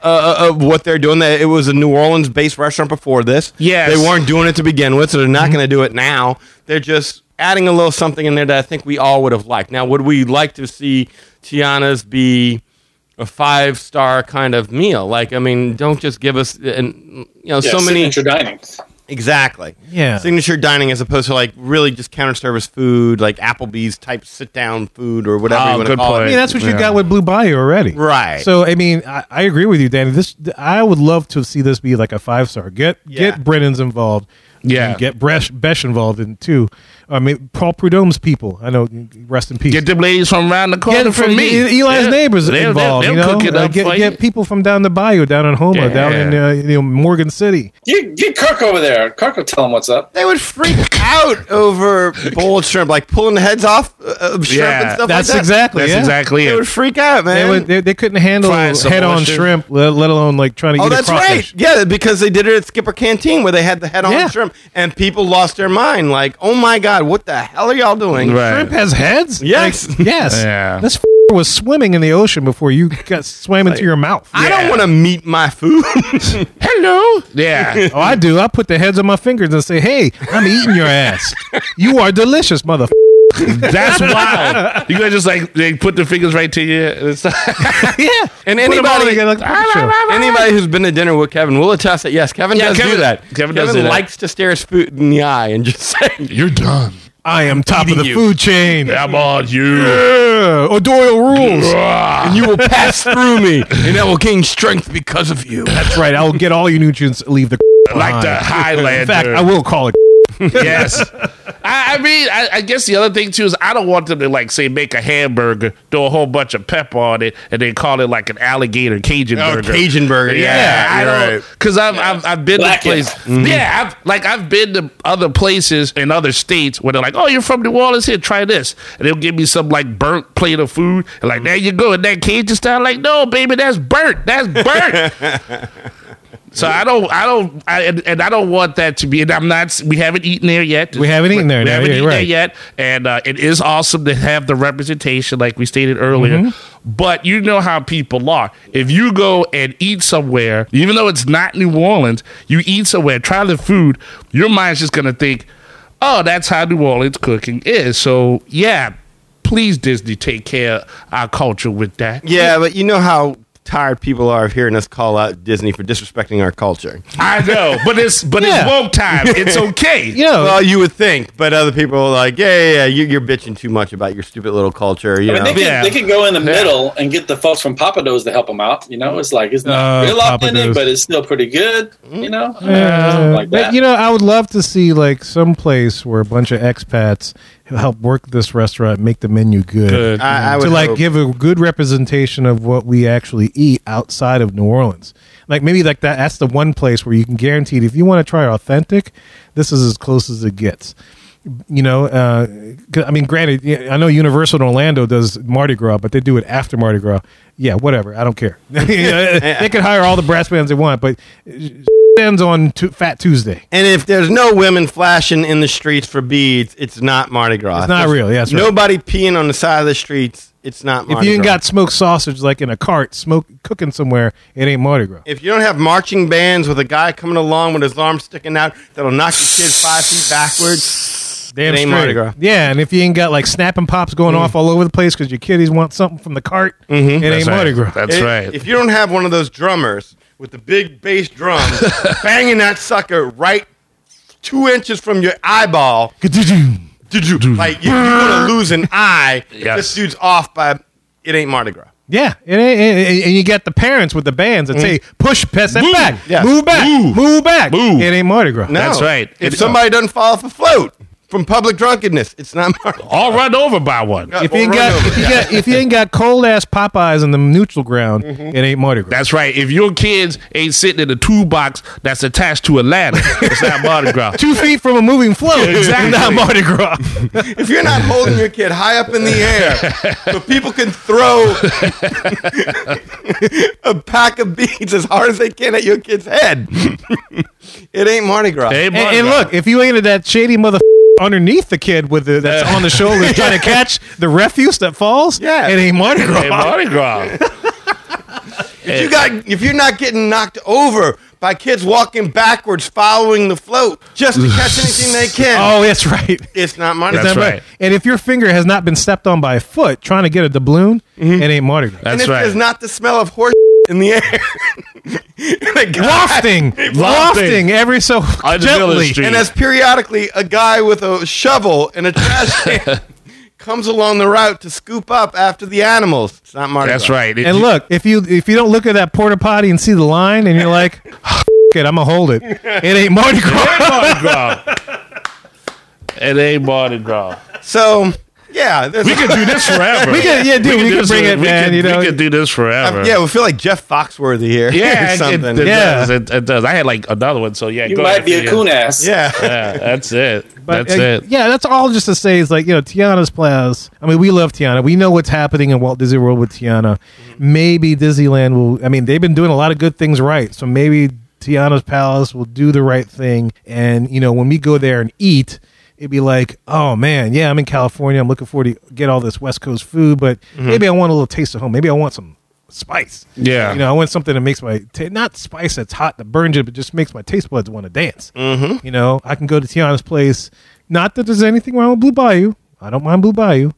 Speaker 3: uh, of what they're doing. That it was a New Orleans-based restaurant before this.
Speaker 7: Yes. Mm-hmm.
Speaker 3: they weren't doing it to begin with, so they're not going to do it now. They're just adding a little something in there that I think we all would have liked. Now, would we like to see Tiana's be a five-star kind of meal? Like, I mean, don't just give us and you know
Speaker 8: Yeah,
Speaker 3: so many
Speaker 8: signature dining.
Speaker 3: Exactly.
Speaker 2: Yeah.
Speaker 3: Signature dining as opposed to like really just counter service food, like Applebee's type sit down food or whatever
Speaker 7: Oh,
Speaker 3: you want to
Speaker 7: good
Speaker 3: call
Speaker 7: point.
Speaker 2: I
Speaker 3: it.
Speaker 2: mean, that's what you
Speaker 7: Yeah.
Speaker 2: got with Blue Bayou already,
Speaker 3: Right.
Speaker 2: So, I mean, I, I agree with you, Danny. This I would love to see this be like a five star. Get
Speaker 3: Yeah.
Speaker 2: get Brennan's involved.
Speaker 7: Yeah.
Speaker 2: And get Bresh, Besh involved in too. I mean, Paul Prudhomme's people. I know. Rest in peace.
Speaker 7: get them ladies from around the corner
Speaker 2: Get
Speaker 7: for
Speaker 2: from
Speaker 7: me.
Speaker 2: E- Eli's
Speaker 7: Yeah.
Speaker 2: neighbors
Speaker 7: They'll- they'll-
Speaker 2: involved.
Speaker 7: they'll
Speaker 2: you know,
Speaker 7: cook it
Speaker 2: Uh,
Speaker 7: up for
Speaker 2: get,
Speaker 7: you.
Speaker 2: get people from down the bayou, down in Houma, down in
Speaker 7: Yeah.
Speaker 2: uh, you know Morgan City.
Speaker 8: You get Kirk over there. Kirk will tell him what's up.
Speaker 3: they would freak out over boiled shrimp, like pulling the heads off uh, of shrimp and
Speaker 7: Yeah,
Speaker 3: stuff
Speaker 2: That's
Speaker 3: like that.
Speaker 2: exactly.
Speaker 7: Oh, That's
Speaker 2: yeah.
Speaker 7: exactly
Speaker 3: They
Speaker 7: it.
Speaker 3: would freak out, man.
Speaker 2: They, would, they, they couldn't handle
Speaker 7: Frying some
Speaker 2: head on
Speaker 7: bullshit.
Speaker 2: shrimp, let, let alone like trying to
Speaker 3: oh,
Speaker 2: eat
Speaker 3: that's
Speaker 2: a crawfish.
Speaker 3: right. Yeah, because they did it at Skipper Canteen where they had the head on
Speaker 2: Yeah.
Speaker 3: shrimp and people lost their mind. Like, oh my God, what the hell are y'all doing?
Speaker 7: Right.
Speaker 2: Shrimp has heads?
Speaker 3: Yes.
Speaker 2: Like, yes.
Speaker 7: Yeah.
Speaker 2: This f- was swimming in the ocean before you got swam into your mouth.
Speaker 3: I
Speaker 7: Yeah.
Speaker 3: don't want to meet my food.
Speaker 7: Hello. Yeah.
Speaker 2: oh, I do. I put the heads on my fingers and say, hey, I'm eating your ass. you are delicious, mother.
Speaker 7: That's wild. You guys just like they put their fingers right to you. It's
Speaker 2: yeah. Put
Speaker 3: And
Speaker 2: 'em all
Speaker 3: anybody- Ah,
Speaker 2: together like a
Speaker 7: "Ah,
Speaker 2: picture show.
Speaker 3: Anybody who's been to dinner with Kevin will attest that yes, Kevin
Speaker 7: Yeah,
Speaker 3: does
Speaker 7: Kevin-
Speaker 3: do that.
Speaker 7: Kevin does do that.
Speaker 3: likes to stare his food in the eye and just say,
Speaker 7: You're done.
Speaker 2: I am top of the
Speaker 7: you.
Speaker 2: food chain.
Speaker 7: I'm on you.
Speaker 2: Yeah, O'Doyle rules.
Speaker 7: Ah.
Speaker 3: "You will pass through me, and I will gain strength because of you."
Speaker 2: That's right. I will get all you nutrients. Leave the
Speaker 7: Like the Highlander.
Speaker 2: In fact, I will call it.
Speaker 7: yes. I, I mean, I, I guess the other thing too is I don't want them to like say make a hamburger, throw a whole bunch of pepper on it, and then call it like an alligator Cajun
Speaker 3: Oh,
Speaker 7: burger.
Speaker 3: Cajun burger, yeah,
Speaker 7: I
Speaker 3: you're
Speaker 7: don't
Speaker 3: right. Mm-hmm.
Speaker 7: because I've, I've I've been
Speaker 8: Black
Speaker 7: to places. Yeah, I've like I've been to other places in other states where they're like, oh, you're from New Orleans, here, try this, and they'll give me some like burnt plate of food, and like there you go, and that Cajun style, like no, baby, that's burnt, that's burnt. So I don't, I don't, I, and, and I don't want that to be. And I'm not. We haven't eaten there yet.
Speaker 2: We haven't eaten there
Speaker 7: We
Speaker 2: now,
Speaker 7: haven't
Speaker 2: yeah,
Speaker 7: eaten
Speaker 2: right.
Speaker 7: there yet. And uh, it is awesome to have the representation, like we stated earlier.
Speaker 2: Mm-hmm.
Speaker 7: But you know how people are. If you go and eat somewhere, even though it's not New Orleans, you eat somewhere, try the food. Your mind's just gonna think, "Oh, that's how New Orleans cooking is." So yeah, please Disney, take care of our culture with that.
Speaker 3: Yeah, but you know how tired people are of hearing us call out Disney for disrespecting our culture.
Speaker 7: I know, but it's but
Speaker 2: Yeah.
Speaker 7: it's woke time. It's okay.
Speaker 2: You know,
Speaker 3: Well, you would think, but other people are like, "Yeah, yeah, yeah you, you're bitching too much about your stupid little culture." You
Speaker 8: I mean,
Speaker 3: know,
Speaker 8: they, could,
Speaker 7: Yeah.
Speaker 8: they could go in the middle and get the folks from Papados to help them out. You know, it's like it's not
Speaker 2: Uh,
Speaker 8: real authentic,
Speaker 2: Papados.
Speaker 8: but it's still pretty good. You know,
Speaker 2: Uh,
Speaker 8: Something like
Speaker 2: but,
Speaker 8: that.
Speaker 2: you know, I would love to see like some place where a bunch of expats help work this restaurant, make the menu good,
Speaker 7: Good.
Speaker 3: I, I would
Speaker 2: to like
Speaker 3: hope-
Speaker 2: give a good representation of what we actually eat outside of New Orleans. Like maybe like that. That's the one place where you can guarantee if you want to try authentic, this is as close as it gets. You know, uh, 'cause- I mean, granted, yeah, I know Universal in Orlando does Mardi Gras, but they do it after Mardi Gras. Yeah, whatever. I don't care. You know, they could hire all the brass bands they want, but uh, ends on Tu- Fat Tuesday.
Speaker 3: And if there's no women flashing in the streets for beads, it's not Mardi Gras.
Speaker 2: It's not
Speaker 3: If
Speaker 2: real. Yeah, that's right.
Speaker 3: Nobody peeing on the side of the streets. It's not.
Speaker 2: If
Speaker 3: Mardi
Speaker 2: you ain't
Speaker 3: Gras.
Speaker 2: got smoked sausage like in a cart, smoke cooking somewhere, it ain't Mardi Gras.
Speaker 3: if you don't have marching bands with a guy coming along with his arm sticking out that'll knock your kid five feet backwards,
Speaker 2: Damn
Speaker 3: It ain't
Speaker 2: straight.
Speaker 3: Mardi Gras.
Speaker 2: Yeah, and if you ain't got like snapping pops going off all over the place because your kiddies want something from the cart, it ain't Mardi Gras.
Speaker 7: That's
Speaker 3: if,
Speaker 7: right.
Speaker 3: If you don't have one of those drummers with the big bass drum banging that sucker right two inches from your eyeball, like you, you're gonna lose an eye.
Speaker 7: Yes.
Speaker 3: This dude's off by it ain't Mardi Gras.
Speaker 2: yeah, it ain't, and- and- and you got the parents with the bands that say push, pass that back,
Speaker 3: Yes.
Speaker 2: move back,
Speaker 7: Move.
Speaker 2: move back.
Speaker 7: Move.
Speaker 2: It ain't Mardi Gras.
Speaker 3: No.
Speaker 7: That's right.
Speaker 2: uh,
Speaker 3: If
Speaker 7: It-
Speaker 3: somebody doesn't fall off a float from public drunkenness, it's not Mardi Gras.
Speaker 7: All run over by one.
Speaker 2: If you ain't got if you, got if you ain't got cold ass Popeyes in the neutral ground, it ain't Mardi Gras.
Speaker 7: That's right. If your kids ain't sitting in a toolbox that's attached to a ladder, it's not Mardi Gras.
Speaker 2: Two feet from a moving float,
Speaker 7: Exactly.
Speaker 2: not Mardi Gras.
Speaker 3: if you're not holding your kid high up in the air so people can throw a pack of beads as hard as they can at your kid's head, it ain't Mardi Gras.
Speaker 7: Hey,
Speaker 2: And,
Speaker 7: Mardi
Speaker 2: and
Speaker 7: Gras.
Speaker 2: look, if you ain't that shady mother underneath the kid with the that's on the shoulder trying to catch the refuse that falls,
Speaker 3: Yeah.
Speaker 2: it ain't Mardi Gras.
Speaker 7: Hey, Mardi Gras.
Speaker 3: If
Speaker 7: Eh,
Speaker 3: you got if you're not getting knocked over by kids walking backwards following the float just to catch anything they can,
Speaker 2: Oh, that's right.
Speaker 3: it's not Mardi
Speaker 7: That's
Speaker 3: Gras.
Speaker 7: right.
Speaker 2: And if your finger has not been stepped on by a foot trying to get a doubloon, it ain't Mardi Gras.
Speaker 7: Mm-hmm.
Speaker 3: And
Speaker 7: That's
Speaker 3: if there's
Speaker 7: right.
Speaker 3: not the smell of horse in the air, and a guy-
Speaker 2: Wafting, wafting every so
Speaker 7: On the
Speaker 2: gently.
Speaker 7: village street.
Speaker 3: And as periodically a guy with a shovel and a trash can comes along the route to scoop up after the animals. It's not Mardi
Speaker 7: That's
Speaker 3: Gras.
Speaker 7: right. It-
Speaker 2: And look, if you if you don't look at that porta potty and see the line, and you're like, "F- "It, I'm gonna hold it. It ain't Mardi Gras."
Speaker 7: Mardi Gras. It ain't Mardi Gras.
Speaker 3: So yeah, there's
Speaker 7: We could do this forever.
Speaker 2: We could- yeah, dude, we
Speaker 7: do
Speaker 2: could
Speaker 7: this
Speaker 2: bring
Speaker 7: for-
Speaker 2: it,
Speaker 7: we
Speaker 2: man,
Speaker 7: could-
Speaker 2: you know.
Speaker 7: we could do this forever.
Speaker 3: yeah, we feel like Jeff Foxworthy here.
Speaker 7: yeah,
Speaker 3: or
Speaker 7: it-
Speaker 3: something.
Speaker 7: It, it
Speaker 2: Yeah.
Speaker 7: does. It, it does. I had like another one, so yeah.
Speaker 8: you
Speaker 7: go
Speaker 8: might
Speaker 7: ahead,
Speaker 8: be a
Speaker 7: yeah.
Speaker 8: coon ass.
Speaker 3: yeah.
Speaker 7: Yeah, that's it.
Speaker 2: But,
Speaker 7: that's
Speaker 2: uh,
Speaker 7: it.
Speaker 2: Yeah, that's all just to say is like, you know, Tiana's plans. I mean, we love Tiana. We know what's happening in Walt Disney World with Tiana.
Speaker 7: Mm-hmm.
Speaker 2: Maybe Disneyland will, I mean, they've been doing a lot of good things right. So maybe Tiana's Palace will do the right thing. And, you know, when we go there and eat, it'd be like, oh man, yeah, I'm in California. I'm looking forward to get all this West Coast food, but maybe I want a little taste of home. Maybe I want some spice.
Speaker 7: Mm-hmm. Yeah.
Speaker 2: You know, I want something that makes my, ta not spice that's hot that burns you, but just makes my taste buds
Speaker 3: Mm-hmm.
Speaker 2: want to dance. You know, I can go to Tiana's place. Not that there's anything wrong with Blue Bayou. I don't mind Blue Bayou.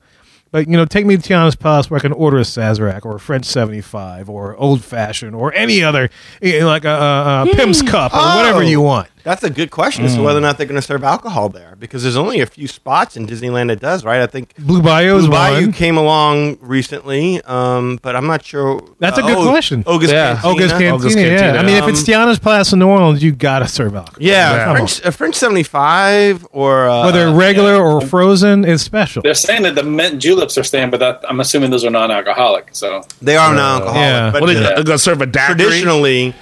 Speaker 2: But, you know, take me to Tiana's Palace where I can order a Sazerac or a French 75 or Old Fashioned or any other, you know, like a, a, a Pimp's Cup or whatever
Speaker 3: Hmm. Oh.
Speaker 2: you want.
Speaker 3: That's a good question
Speaker 2: Hmm.
Speaker 3: as to whether or not they're going to serve alcohol there because there's only a few spots in Disneyland that does, right? I think
Speaker 2: Blue Bayou is
Speaker 3: Blue Bayou
Speaker 2: one.
Speaker 3: came along recently, um, but I'm not sure.
Speaker 2: That's a good question.
Speaker 3: August
Speaker 7: Yeah.
Speaker 3: uh, Cantina. Um,
Speaker 2: August Cantina,
Speaker 7: August
Speaker 2: yeah.
Speaker 7: Cantina.
Speaker 2: I mean, if it's Tiana's Palace in New Orleans, you got to serve alcohol.
Speaker 3: Yeah,
Speaker 7: Yeah.
Speaker 3: French, a French 75 or uh,
Speaker 2: Whether regular or frozen is special.
Speaker 8: They're saying that the mint juleps are staying, but that, I'm assuming those are non-alcoholic. So
Speaker 3: they are non-alcoholic,
Speaker 2: Yeah.
Speaker 3: but
Speaker 7: Well, they,
Speaker 3: uh,
Speaker 7: are gonna serve a daiquiri.
Speaker 3: traditionally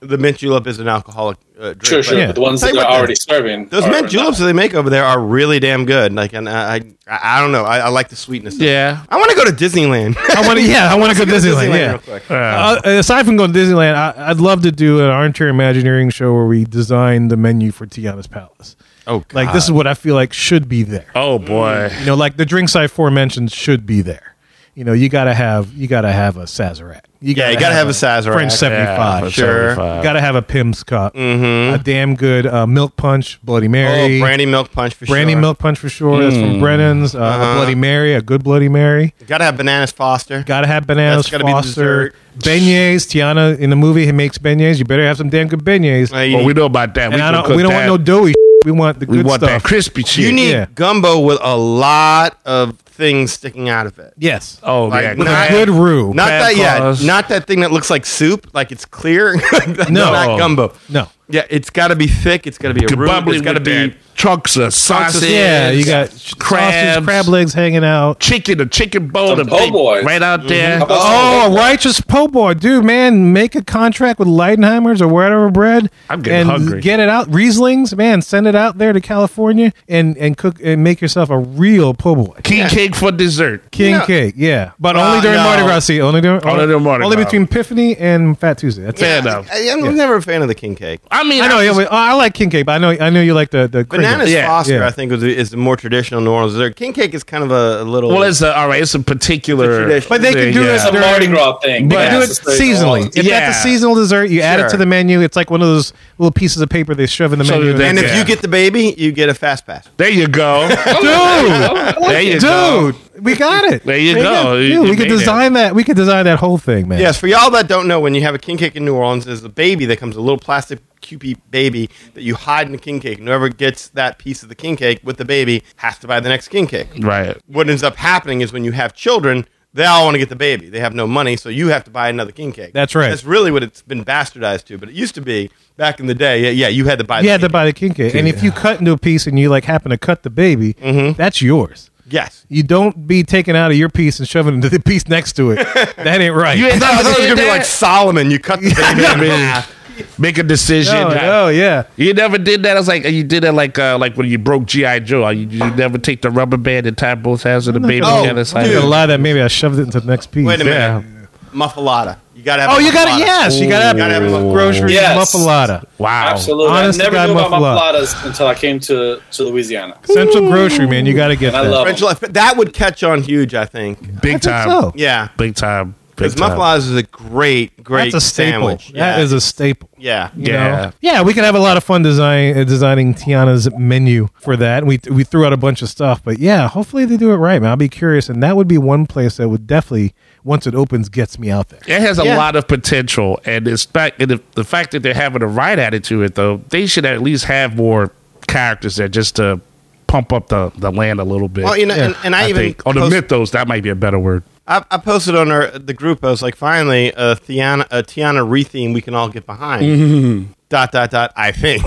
Speaker 3: the mint julep is an alcoholic uh, drink.
Speaker 8: sure, sure.
Speaker 2: Yeah.
Speaker 8: But the ones
Speaker 3: Tell
Speaker 8: that
Speaker 3: you
Speaker 8: they're
Speaker 3: what,
Speaker 8: already
Speaker 3: those-
Speaker 8: serving,
Speaker 3: Those
Speaker 8: are-
Speaker 3: mint
Speaker 8: are
Speaker 3: juleps that
Speaker 8: not.
Speaker 3: they make over there are really damn good. Like, and uh, I, I, I don't know. I, I like the sweetness. of it.
Speaker 7: Yeah.
Speaker 3: I want to go to Disneyland.
Speaker 2: I want to, yeah, I want to go to Disneyland. yeah.
Speaker 3: real quick.
Speaker 2: Uh, aside from going to Disneyland, I, I'd love to do an armchair Imagineering show where we design the menu for Tiana's Palace.
Speaker 3: Oh, God.
Speaker 2: Like this is what I feel like should be there.
Speaker 7: Oh boy.
Speaker 3: Mm.
Speaker 2: You know, like the drinks I aforementioned should be there. You know, you gotta have you gotta have a Sazerac.
Speaker 3: Yeah, you gotta have a Sazerac.
Speaker 2: French seventy
Speaker 7: Yeah,
Speaker 2: five.
Speaker 7: for
Speaker 3: Sure. Mm-hmm.
Speaker 7: 75.
Speaker 2: You gotta have a Pim's cup. A damn good uh, milk punch, Bloody Mary,
Speaker 3: Oh, brandy milk punch for
Speaker 2: Brandy
Speaker 3: sure. Mm. Uh-huh.
Speaker 2: milk punch for sure. That's from Brennan's. Uh, A Bloody Mary, a good Bloody Mary.
Speaker 3: Gotta have bananas Foster.
Speaker 2: Gotta have bananas.
Speaker 3: That's gotta be
Speaker 2: Foster.
Speaker 3: dessert.
Speaker 2: Beignets. Tiana in the movie, he makes beignets. You better have some damn good beignets.
Speaker 3: Uh, you,
Speaker 7: Well, we know about that.
Speaker 2: and
Speaker 7: we
Speaker 2: I
Speaker 7: can
Speaker 2: don't.
Speaker 7: cook
Speaker 2: We don't
Speaker 7: that.
Speaker 2: want no doughy. We want the
Speaker 7: We
Speaker 2: good
Speaker 7: want
Speaker 2: stuff.
Speaker 7: that crispy shit.
Speaker 3: you need
Speaker 2: yeah.
Speaker 3: gumbo with a lot of things sticking out of it.
Speaker 2: yes.
Speaker 7: oh
Speaker 3: Like,
Speaker 7: yeah,
Speaker 3: with
Speaker 2: With a
Speaker 3: not-
Speaker 2: good roux.
Speaker 3: Not
Speaker 7: Crab
Speaker 3: that
Speaker 7: claws.
Speaker 3: yeah, not that thing that looks like soup, like it's clear. That's
Speaker 2: No.
Speaker 3: not gumbo.
Speaker 2: no.
Speaker 3: Yeah, it's got to be thick. It's got to be a root.
Speaker 7: bubbly
Speaker 3: It's got to
Speaker 7: with
Speaker 3: be
Speaker 7: the chunks of sausage.
Speaker 2: Yeah, you got crabs,
Speaker 7: crabs.
Speaker 2: crab legs hanging out.
Speaker 7: chicken, the chicken bone,
Speaker 8: Some
Speaker 7: the
Speaker 8: po'
Speaker 7: big-
Speaker 8: boys.
Speaker 7: right out there.
Speaker 8: How about
Speaker 2: Oh,
Speaker 8: some-
Speaker 2: a righteous po' boy, dude, man, make a contract with Leidenheimer's or whatever bread.
Speaker 7: I'm getting
Speaker 2: and
Speaker 7: hungry.
Speaker 2: Get it out, Rieslings, man. Send it out there to California and and cook and make yourself a real po' boy.
Speaker 7: King cake for dessert.
Speaker 2: King
Speaker 3: Yeah.
Speaker 2: cake, yeah, but
Speaker 3: Uh,
Speaker 2: only during
Speaker 3: no.
Speaker 2: Mardi Gras. See, only during
Speaker 7: Only during Mardi
Speaker 2: only
Speaker 7: Gras.
Speaker 2: between Epiphany and Fat Tuesday. That's
Speaker 3: Yeah,
Speaker 2: it.
Speaker 7: enough.
Speaker 3: I, am never a fan of the king cake.
Speaker 7: I mean,
Speaker 2: I know. Yeah, wait, oh, I like king cake, but I know I know you like the the crinkle.
Speaker 3: Bananas
Speaker 7: Yeah,
Speaker 3: Foster,
Speaker 2: yeah.
Speaker 3: I think, is, is the more traditional New Orleans dessert. King cake is kind of a, a little.
Speaker 7: Well, it's a, all right. It's a particular.
Speaker 3: It's a tradition.
Speaker 2: But they can
Speaker 7: thing,
Speaker 2: do
Speaker 7: yeah.
Speaker 2: this
Speaker 8: It's a
Speaker 2: during-
Speaker 8: Mardi Gras thing.
Speaker 2: But
Speaker 8: Yeah,
Speaker 2: do it
Speaker 8: it's just-
Speaker 2: seasonally. If
Speaker 7: Yeah.
Speaker 2: that's a seasonal dessert, you add it
Speaker 3: Sure.
Speaker 2: to the menu. It's like one of those little pieces of paper they shove in the
Speaker 7: So
Speaker 2: menu.
Speaker 7: do they-
Speaker 3: and if
Speaker 7: Yeah.
Speaker 3: you get the baby, you get a fast pass.
Speaker 7: There you go, dude. there you go.
Speaker 2: Dude, we got it.
Speaker 7: There you go.
Speaker 2: Dude,
Speaker 7: You-
Speaker 2: we
Speaker 7: you
Speaker 2: could
Speaker 7: made it.
Speaker 2: design that. We could design that whole thing, man.
Speaker 3: Yes, for y'all that don't know, when you have a king cake in New Orleans, there's a baby that comes, a little plastic cupie baby that you hide in the king cake. And whoever gets that piece of the king cake with the baby has to buy the next king cake.
Speaker 7: Right.
Speaker 3: What ends up happening is when you have children, they all want to get the baby. They have no money, so you have to buy another king cake.
Speaker 2: That's right.
Speaker 3: That's really what it's been bastardized to. But it used to be back in the day, yeah, yeah you had to buy
Speaker 2: You had to
Speaker 3: king
Speaker 2: buy the king cake, and if you cut into a piece and you like happen to cut the baby,
Speaker 7: Mm-hmm.
Speaker 2: that's yours.
Speaker 3: cake. Yes.
Speaker 2: You don't be taking out of your piece and shoving it into the piece next to it. that ain't right.
Speaker 7: You ain't
Speaker 3: I thought it
Speaker 7: never
Speaker 3: was going to be
Speaker 7: did
Speaker 3: like
Speaker 7: that.
Speaker 3: Solomon. You cut the baby in half.
Speaker 7: Make a decision.
Speaker 2: no, no, yeah.
Speaker 7: You never did that. I was like, you did it like, uh, like when you broke GI Joe. You, you never take the rubber band and tie both halves of the baby
Speaker 3: gonna-
Speaker 7: together. It's
Speaker 2: I'm
Speaker 7: like,
Speaker 2: not Oh, gonna lie that maybe I shoved it into the next piece.
Speaker 3: Wait a
Speaker 7: Yeah.
Speaker 3: minute. Muffalata. You gotta have.
Speaker 2: Oh,
Speaker 3: a
Speaker 2: you got
Speaker 3: muffalata.
Speaker 2: it. Yes, you got to have
Speaker 3: Gotta have a muffalata.
Speaker 2: grocery
Speaker 8: Yes.
Speaker 2: muffalata.
Speaker 7: wow.
Speaker 8: Absolutely.
Speaker 2: Honest to
Speaker 8: I never
Speaker 2: God,
Speaker 8: knew about
Speaker 2: muffalata.
Speaker 8: muffalatas until I came to, to Louisiana.
Speaker 2: Central grocery, man. You got to get
Speaker 8: I
Speaker 2: that.
Speaker 8: love
Speaker 3: French loaf. That would catch on huge, I think.
Speaker 7: Big
Speaker 2: I
Speaker 7: time.
Speaker 2: think so.
Speaker 3: Yeah,
Speaker 7: Big time. Big
Speaker 3: because
Speaker 7: time.
Speaker 3: muffalatas is a great, great
Speaker 2: That's a staple.
Speaker 3: sandwich. yeah.
Speaker 2: That is a staple.
Speaker 3: yeah.
Speaker 2: you know?
Speaker 7: Yeah.
Speaker 2: yeah, we could have a lot of fun design uh, designing Tiana's menu for that. We we threw out a bunch of stuff, but yeah, hopefully they do it right, man. I'll be curious, and that would be one place that would definitely once it opens gets me out there.
Speaker 7: It has a
Speaker 3: Yeah.
Speaker 7: lot of potential, and it's fact and the, the fact that they're having a right attitude it though, they should at least have more characters there just to pump up the, the land a little bit.
Speaker 3: Well, you know, and, and I, even
Speaker 7: on the
Speaker 3: post-
Speaker 7: mythos that might be a better word.
Speaker 3: I, I posted on our, the group. I was like, finally, a Tiana, a Tiana retheme we can all get behind. Dot dot dot. I think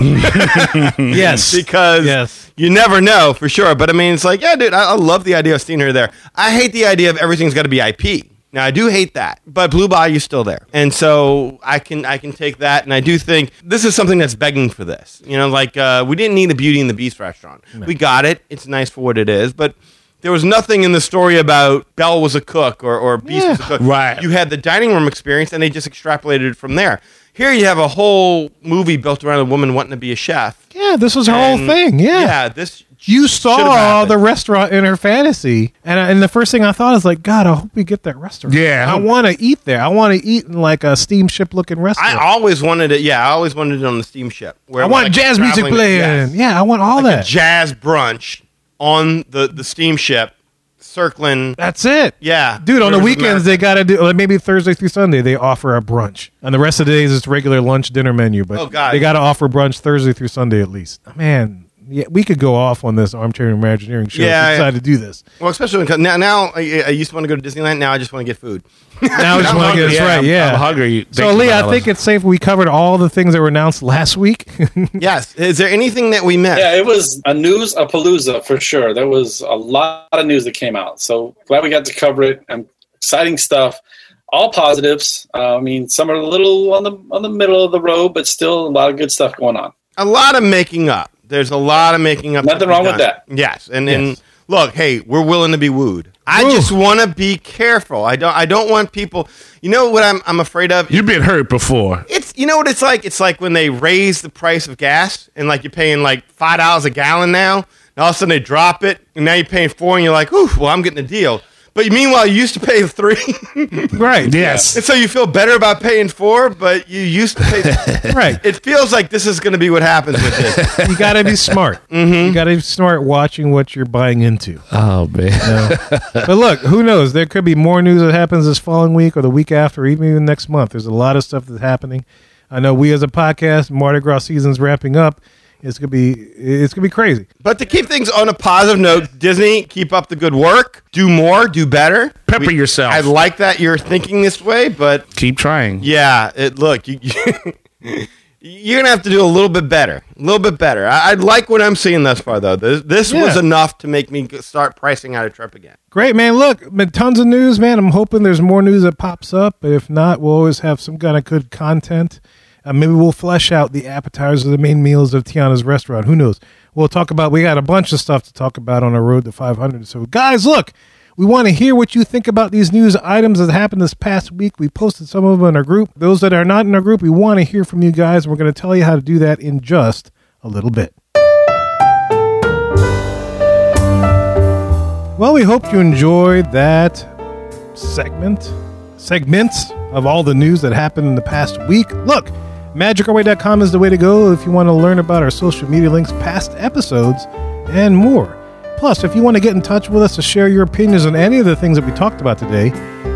Speaker 2: Yes,
Speaker 3: because
Speaker 2: Yes.
Speaker 3: you never know for sure. But I mean, it's like, yeah, dude, I, I love the idea of seeing her there. I hate the idea of everything's got to be IP. Now I do hate that, but Blue Bayou's still there, and so I can I can take that, and I do think this is something that's begging for this. You know, like uh, we didn't need a Beauty and the Beast restaurant. We got it; it's nice for what it is, but. There was nothing in the story about Belle was a cook or, or Beast was a cook.
Speaker 7: Right.
Speaker 3: You had the dining room experience and they just extrapolated it from there. Here you have a whole movie built around a woman wanting to be a chef.
Speaker 2: yeah, this was her whole
Speaker 3: And,
Speaker 2: thing.
Speaker 3: Yeah, this
Speaker 2: You
Speaker 3: should've
Speaker 2: saw
Speaker 3: happened.
Speaker 2: the restaurant in her fantasy, and I, and the first thing I thought is like, God, I hope we get that restaurant.
Speaker 7: Yeah.
Speaker 2: I want to eat there. I want to eat in like a steamship looking
Speaker 3: I
Speaker 2: restaurant. I,
Speaker 3: always wanted it. Yeah, I always wanted it on the steamship. Where
Speaker 2: want
Speaker 3: like,
Speaker 2: jazz music
Speaker 3: traveling-
Speaker 2: playing.
Speaker 3: yes.
Speaker 2: Yeah, I want all that.
Speaker 3: Jazz brunch on the, the steamship circling.
Speaker 2: That's it.
Speaker 3: Yeah.
Speaker 2: Dude, on the
Speaker 3: Rivers of
Speaker 2: weekends
Speaker 3: America.
Speaker 2: they gotta do like maybe Thursday through Sunday they offer a brunch, and the rest of the days it's regular lunch dinner menu. But
Speaker 3: Oh, God.
Speaker 2: they gotta offer brunch Thursday through Sunday at least. Man, yeah, we could go off on this armchair imagineering show.
Speaker 3: Yeah,
Speaker 2: if
Speaker 3: I-
Speaker 2: we decided to do this.
Speaker 3: Well, especially when, now, now I, I used to want to go to Disneyland. Now I just want to get food.
Speaker 2: Now we just want to get this
Speaker 7: yeah,
Speaker 2: right.
Speaker 7: I'm-
Speaker 2: yeah,
Speaker 7: I'm hungry.
Speaker 2: So
Speaker 7: Thank you,
Speaker 2: Lee, I
Speaker 7: Alice.
Speaker 2: think it's safe we covered all the things that were announced last week.
Speaker 3: yes. Is there anything that we missed?
Speaker 8: Yeah, it was a news a palooza for sure. There was a lot of news that came out. So glad we got to cover it. And exciting stuff. All positives. Uh, I mean, some are a little on the on the middle of the road, but still a lot of good stuff going on.
Speaker 3: a lot of making up. There's a lot of making up.
Speaker 8: Nothing
Speaker 3: to be
Speaker 8: wrong
Speaker 3: done.
Speaker 8: with that.
Speaker 3: Yes, and then look, hey, we're willing to be wooed. I just want to be careful. I don't. I don't want people. You know what I'm. I'm afraid of.
Speaker 7: You've been hurt before.
Speaker 3: It's. You know what it's like. It's like when they raise the price of gas, and like you're paying like five dollars a gallon now, and all of a sudden they drop it, and now you're paying four, and you're like, ooh, well, I'm getting a deal. But meanwhile, you used to pay three,
Speaker 2: right.
Speaker 7: Yes.
Speaker 3: and so you feel better about paying four, but you used to pay.
Speaker 2: Right.
Speaker 3: It feels like this is going to be what happens with this.
Speaker 2: You gotta be smart. You gotta be smart watching what you're buying into.
Speaker 7: Oh man.
Speaker 2: but look, who knows? There could be more news that happens this following week or the week after, or even even next month. There's a lot of stuff that's happening. I know we as a podcast, Mardi Gras season's wrapping up. It's gonna be it's gonna be crazy.
Speaker 3: But to keep things on a positive note, Disney, keep up the good work. Do more, do better.
Speaker 7: Pepper yourself.
Speaker 3: I like that you're thinking this way, but
Speaker 7: Keep trying.
Speaker 3: yeah, it, look, you, you, are gonna have to do a little bit better, a little bit better. I, I like what I'm seeing thus far, though. This, this was
Speaker 2: Yeah.
Speaker 3: enough to make me g- start pricing out a trip again.
Speaker 2: Great man. Look, man, tons of news, man. I'm hoping there's more news that pops up. But if not, we'll always have some kind of good content. Uh, maybe we'll flesh out the appetizers, the main meals of Tiana's restaurant. Who knows? We'll talk about. We got a bunch of stuff to talk about on our road to 500. So, guys, look, we want to hear what you think about these news items that happened this past week. We posted some of them in our group. Those that are not in our group, we want to hear from you guys. We're going to tell you how to do that in just a little bit. Well, we hope you enjoyed that segment, segments of all the news that happened in the past week. Look, magicourway.com is the way to go if you want to learn about our social media links, past episodes, and more. Plus, if you want to get in touch with us to share your opinions on any of the things that we talked about today,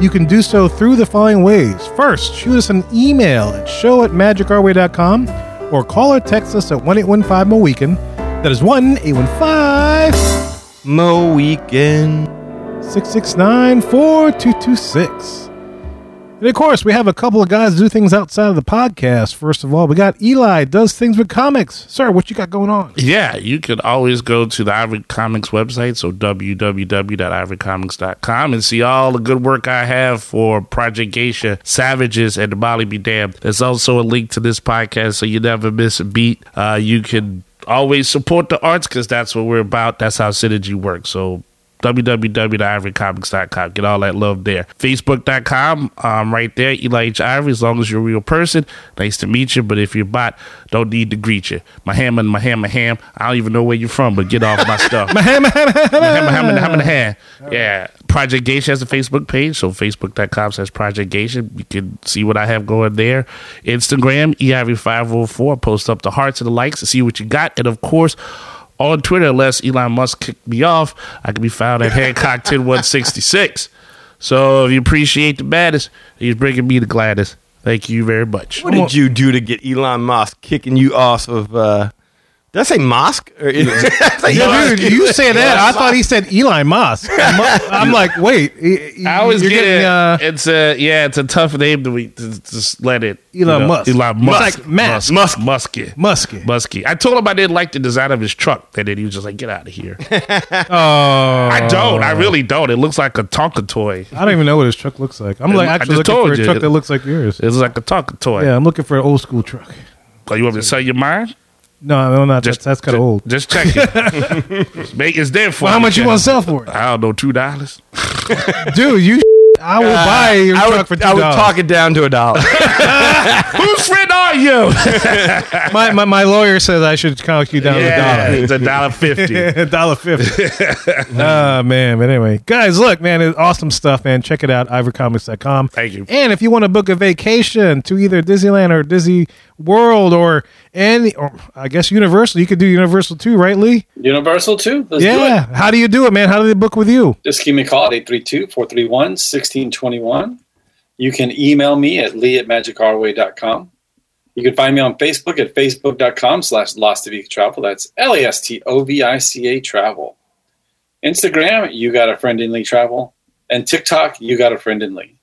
Speaker 2: you can do so through the following ways. First, shoot us an email at show at magicourway.com or call or text us at 1 815 Moweekend. That is 1 815
Speaker 3: Mo weekend.
Speaker 2: 669 4226. And of course, we have a couple of guys do things outside of the podcast. First of all, we got Eli does things with comics. Sir, what you got going on?
Speaker 7: Yeah, you can always go to the Ivory Comics website, so www.ivorycomics.com, and see all the good work I have for Project Geisha, Savages, and the Molly Be Damned. There's also a link to this podcast, so you never miss a beat. Uh, you can always support the arts because that's what we're about. That's how Synergy works. So www.ivorycomics.com. Get all that love there. Facebook.com, um, right there, Eli H. Ivory, as long as you're a real person. Nice to meet you, but if you're a bot, don't need to greet you. My ham and my ham, my ham. I don't even know where you're from, but get off my stuff. my ham, my ham, my ham, my ham, my ham.
Speaker 2: Ah.
Speaker 7: Yeah. Project Geisha has a Facebook page, so facebook.com slash Project Geisha. You can see what I have going there. Instagram, E EIV504. Post up the hearts and the likes to see what you got. And of course, on Twitter unless Elon Musk kicked me off. I can be found at Hancock 10166. So if you appreciate the baddest, he's bringing me the gladdest. Thank you very much.
Speaker 3: What did you do to get Elon Musk kicking you off of? Uh, did I say mosque? Or
Speaker 2: Yeah, dude, you say that. I thought he said Eli Moss. I'm like, wait.
Speaker 7: I always
Speaker 2: you're
Speaker 7: get
Speaker 2: getting,
Speaker 7: it.
Speaker 2: uh,
Speaker 7: it's a yeah, it's a tough name to, we- to, to just let it.
Speaker 2: Elon Musk.
Speaker 7: Elon
Speaker 2: It's
Speaker 7: Musk.
Speaker 2: like Musk.
Speaker 7: Musk. Muskie.
Speaker 2: Muskie.
Speaker 7: Muskie. I told him I didn't like the design of his truck, and then he was just like, "Get out of here."
Speaker 2: Oh,
Speaker 7: I don't. I really don't. It looks like a Tonka toy.
Speaker 2: I don't even know what his truck looks like. I'm like
Speaker 7: I
Speaker 2: actually
Speaker 7: just
Speaker 2: looking
Speaker 7: told
Speaker 2: for a
Speaker 7: you.
Speaker 2: truck that looks like yours.
Speaker 7: It's like a Tonka toy.
Speaker 2: Yeah, I'm looking for an old school truck.
Speaker 7: Oh, you want me to sell your mind?
Speaker 2: No, no, not
Speaker 7: Just-
Speaker 2: that's, that's kind of
Speaker 7: ju-
Speaker 2: old.
Speaker 7: Just check it. Just Make it's there for
Speaker 2: Well, how much you
Speaker 7: Ken.
Speaker 2: want to sell for it,
Speaker 7: I don't know, two dollars.
Speaker 2: dude? You, I will buy your
Speaker 3: I
Speaker 2: truck
Speaker 3: would,
Speaker 2: for two
Speaker 3: I would
Speaker 2: dollars.
Speaker 3: talk it down to a dollar.
Speaker 7: Whose friend are you?
Speaker 2: my, my my lawyer says I should count you down
Speaker 7: yeah,
Speaker 2: to
Speaker 7: it's a dollar fifty.
Speaker 2: a dollar. Dollar fifty. Ah man, but anyway, guys, look, man, it's awesome stuff, man. Check it out, ivorcomics.com.
Speaker 7: Thank you.
Speaker 2: And if you want to book a vacation to either Disneyland or Disney World or any, or I guess Universal, you could do Universal too, right, Lee?
Speaker 8: Universal too. Let's do
Speaker 2: yeah.
Speaker 8: it.
Speaker 2: How do you do it, man? How do they book with you?
Speaker 8: Just give me a call at 832-431-1621. You can email me at lee at magicourway.com. You can find me on Facebook at facebook.com slash lost of travel. That's L-E-S-T-O-V-I-C-A travel. Instagram, you got a friend in Lee travel. And TikTok, you got a friend in Lee.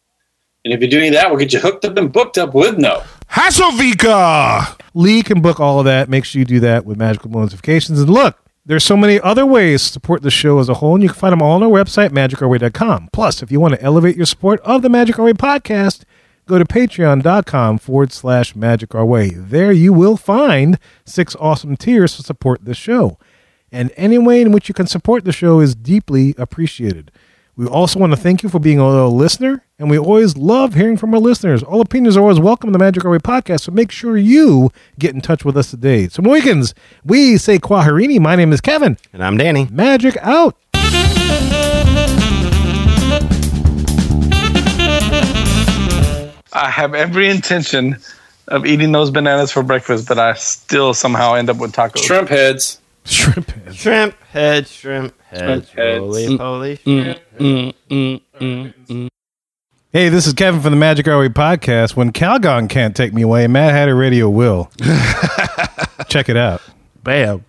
Speaker 8: And if you do any of that, we'll get you hooked up and booked up with no.
Speaker 7: Hasselvika.
Speaker 2: Lee can book all of that. Make sure you do that with Magical Notifications. And look, there's so many other ways to support the show as a whole, and you can find them all on our website, magicourway.com. Plus, if you want to elevate your support of the Magic Our Way podcast, go to patreon.com forward slash magic our way. There you will find six awesome tiers to support the show. And any way in which you can support the show is deeply appreciated. We also want to thank you for being a loyal listener, and we always love hearing from our listeners. All opinions are always welcome in the Magic Our Way podcast, so make sure you get in touch with us today. So, Mohicans, we say Quaharini. My name is Kevin.
Speaker 3: and I'm Danny.
Speaker 2: Magic out.
Speaker 9: I have every intention of eating those bananas for breakfast, but I still somehow end up with tacos.
Speaker 8: Shrimp heads.
Speaker 2: Shrimp.
Speaker 3: Shrimp head, shrimp head,
Speaker 8: Shrimp heads.
Speaker 3: roly poly.
Speaker 2: Hey, this is Kevin from the Magic Our Way podcast. When Calgon can't take me away, Mad Hatter Radio will. Check it out.
Speaker 7: Bam.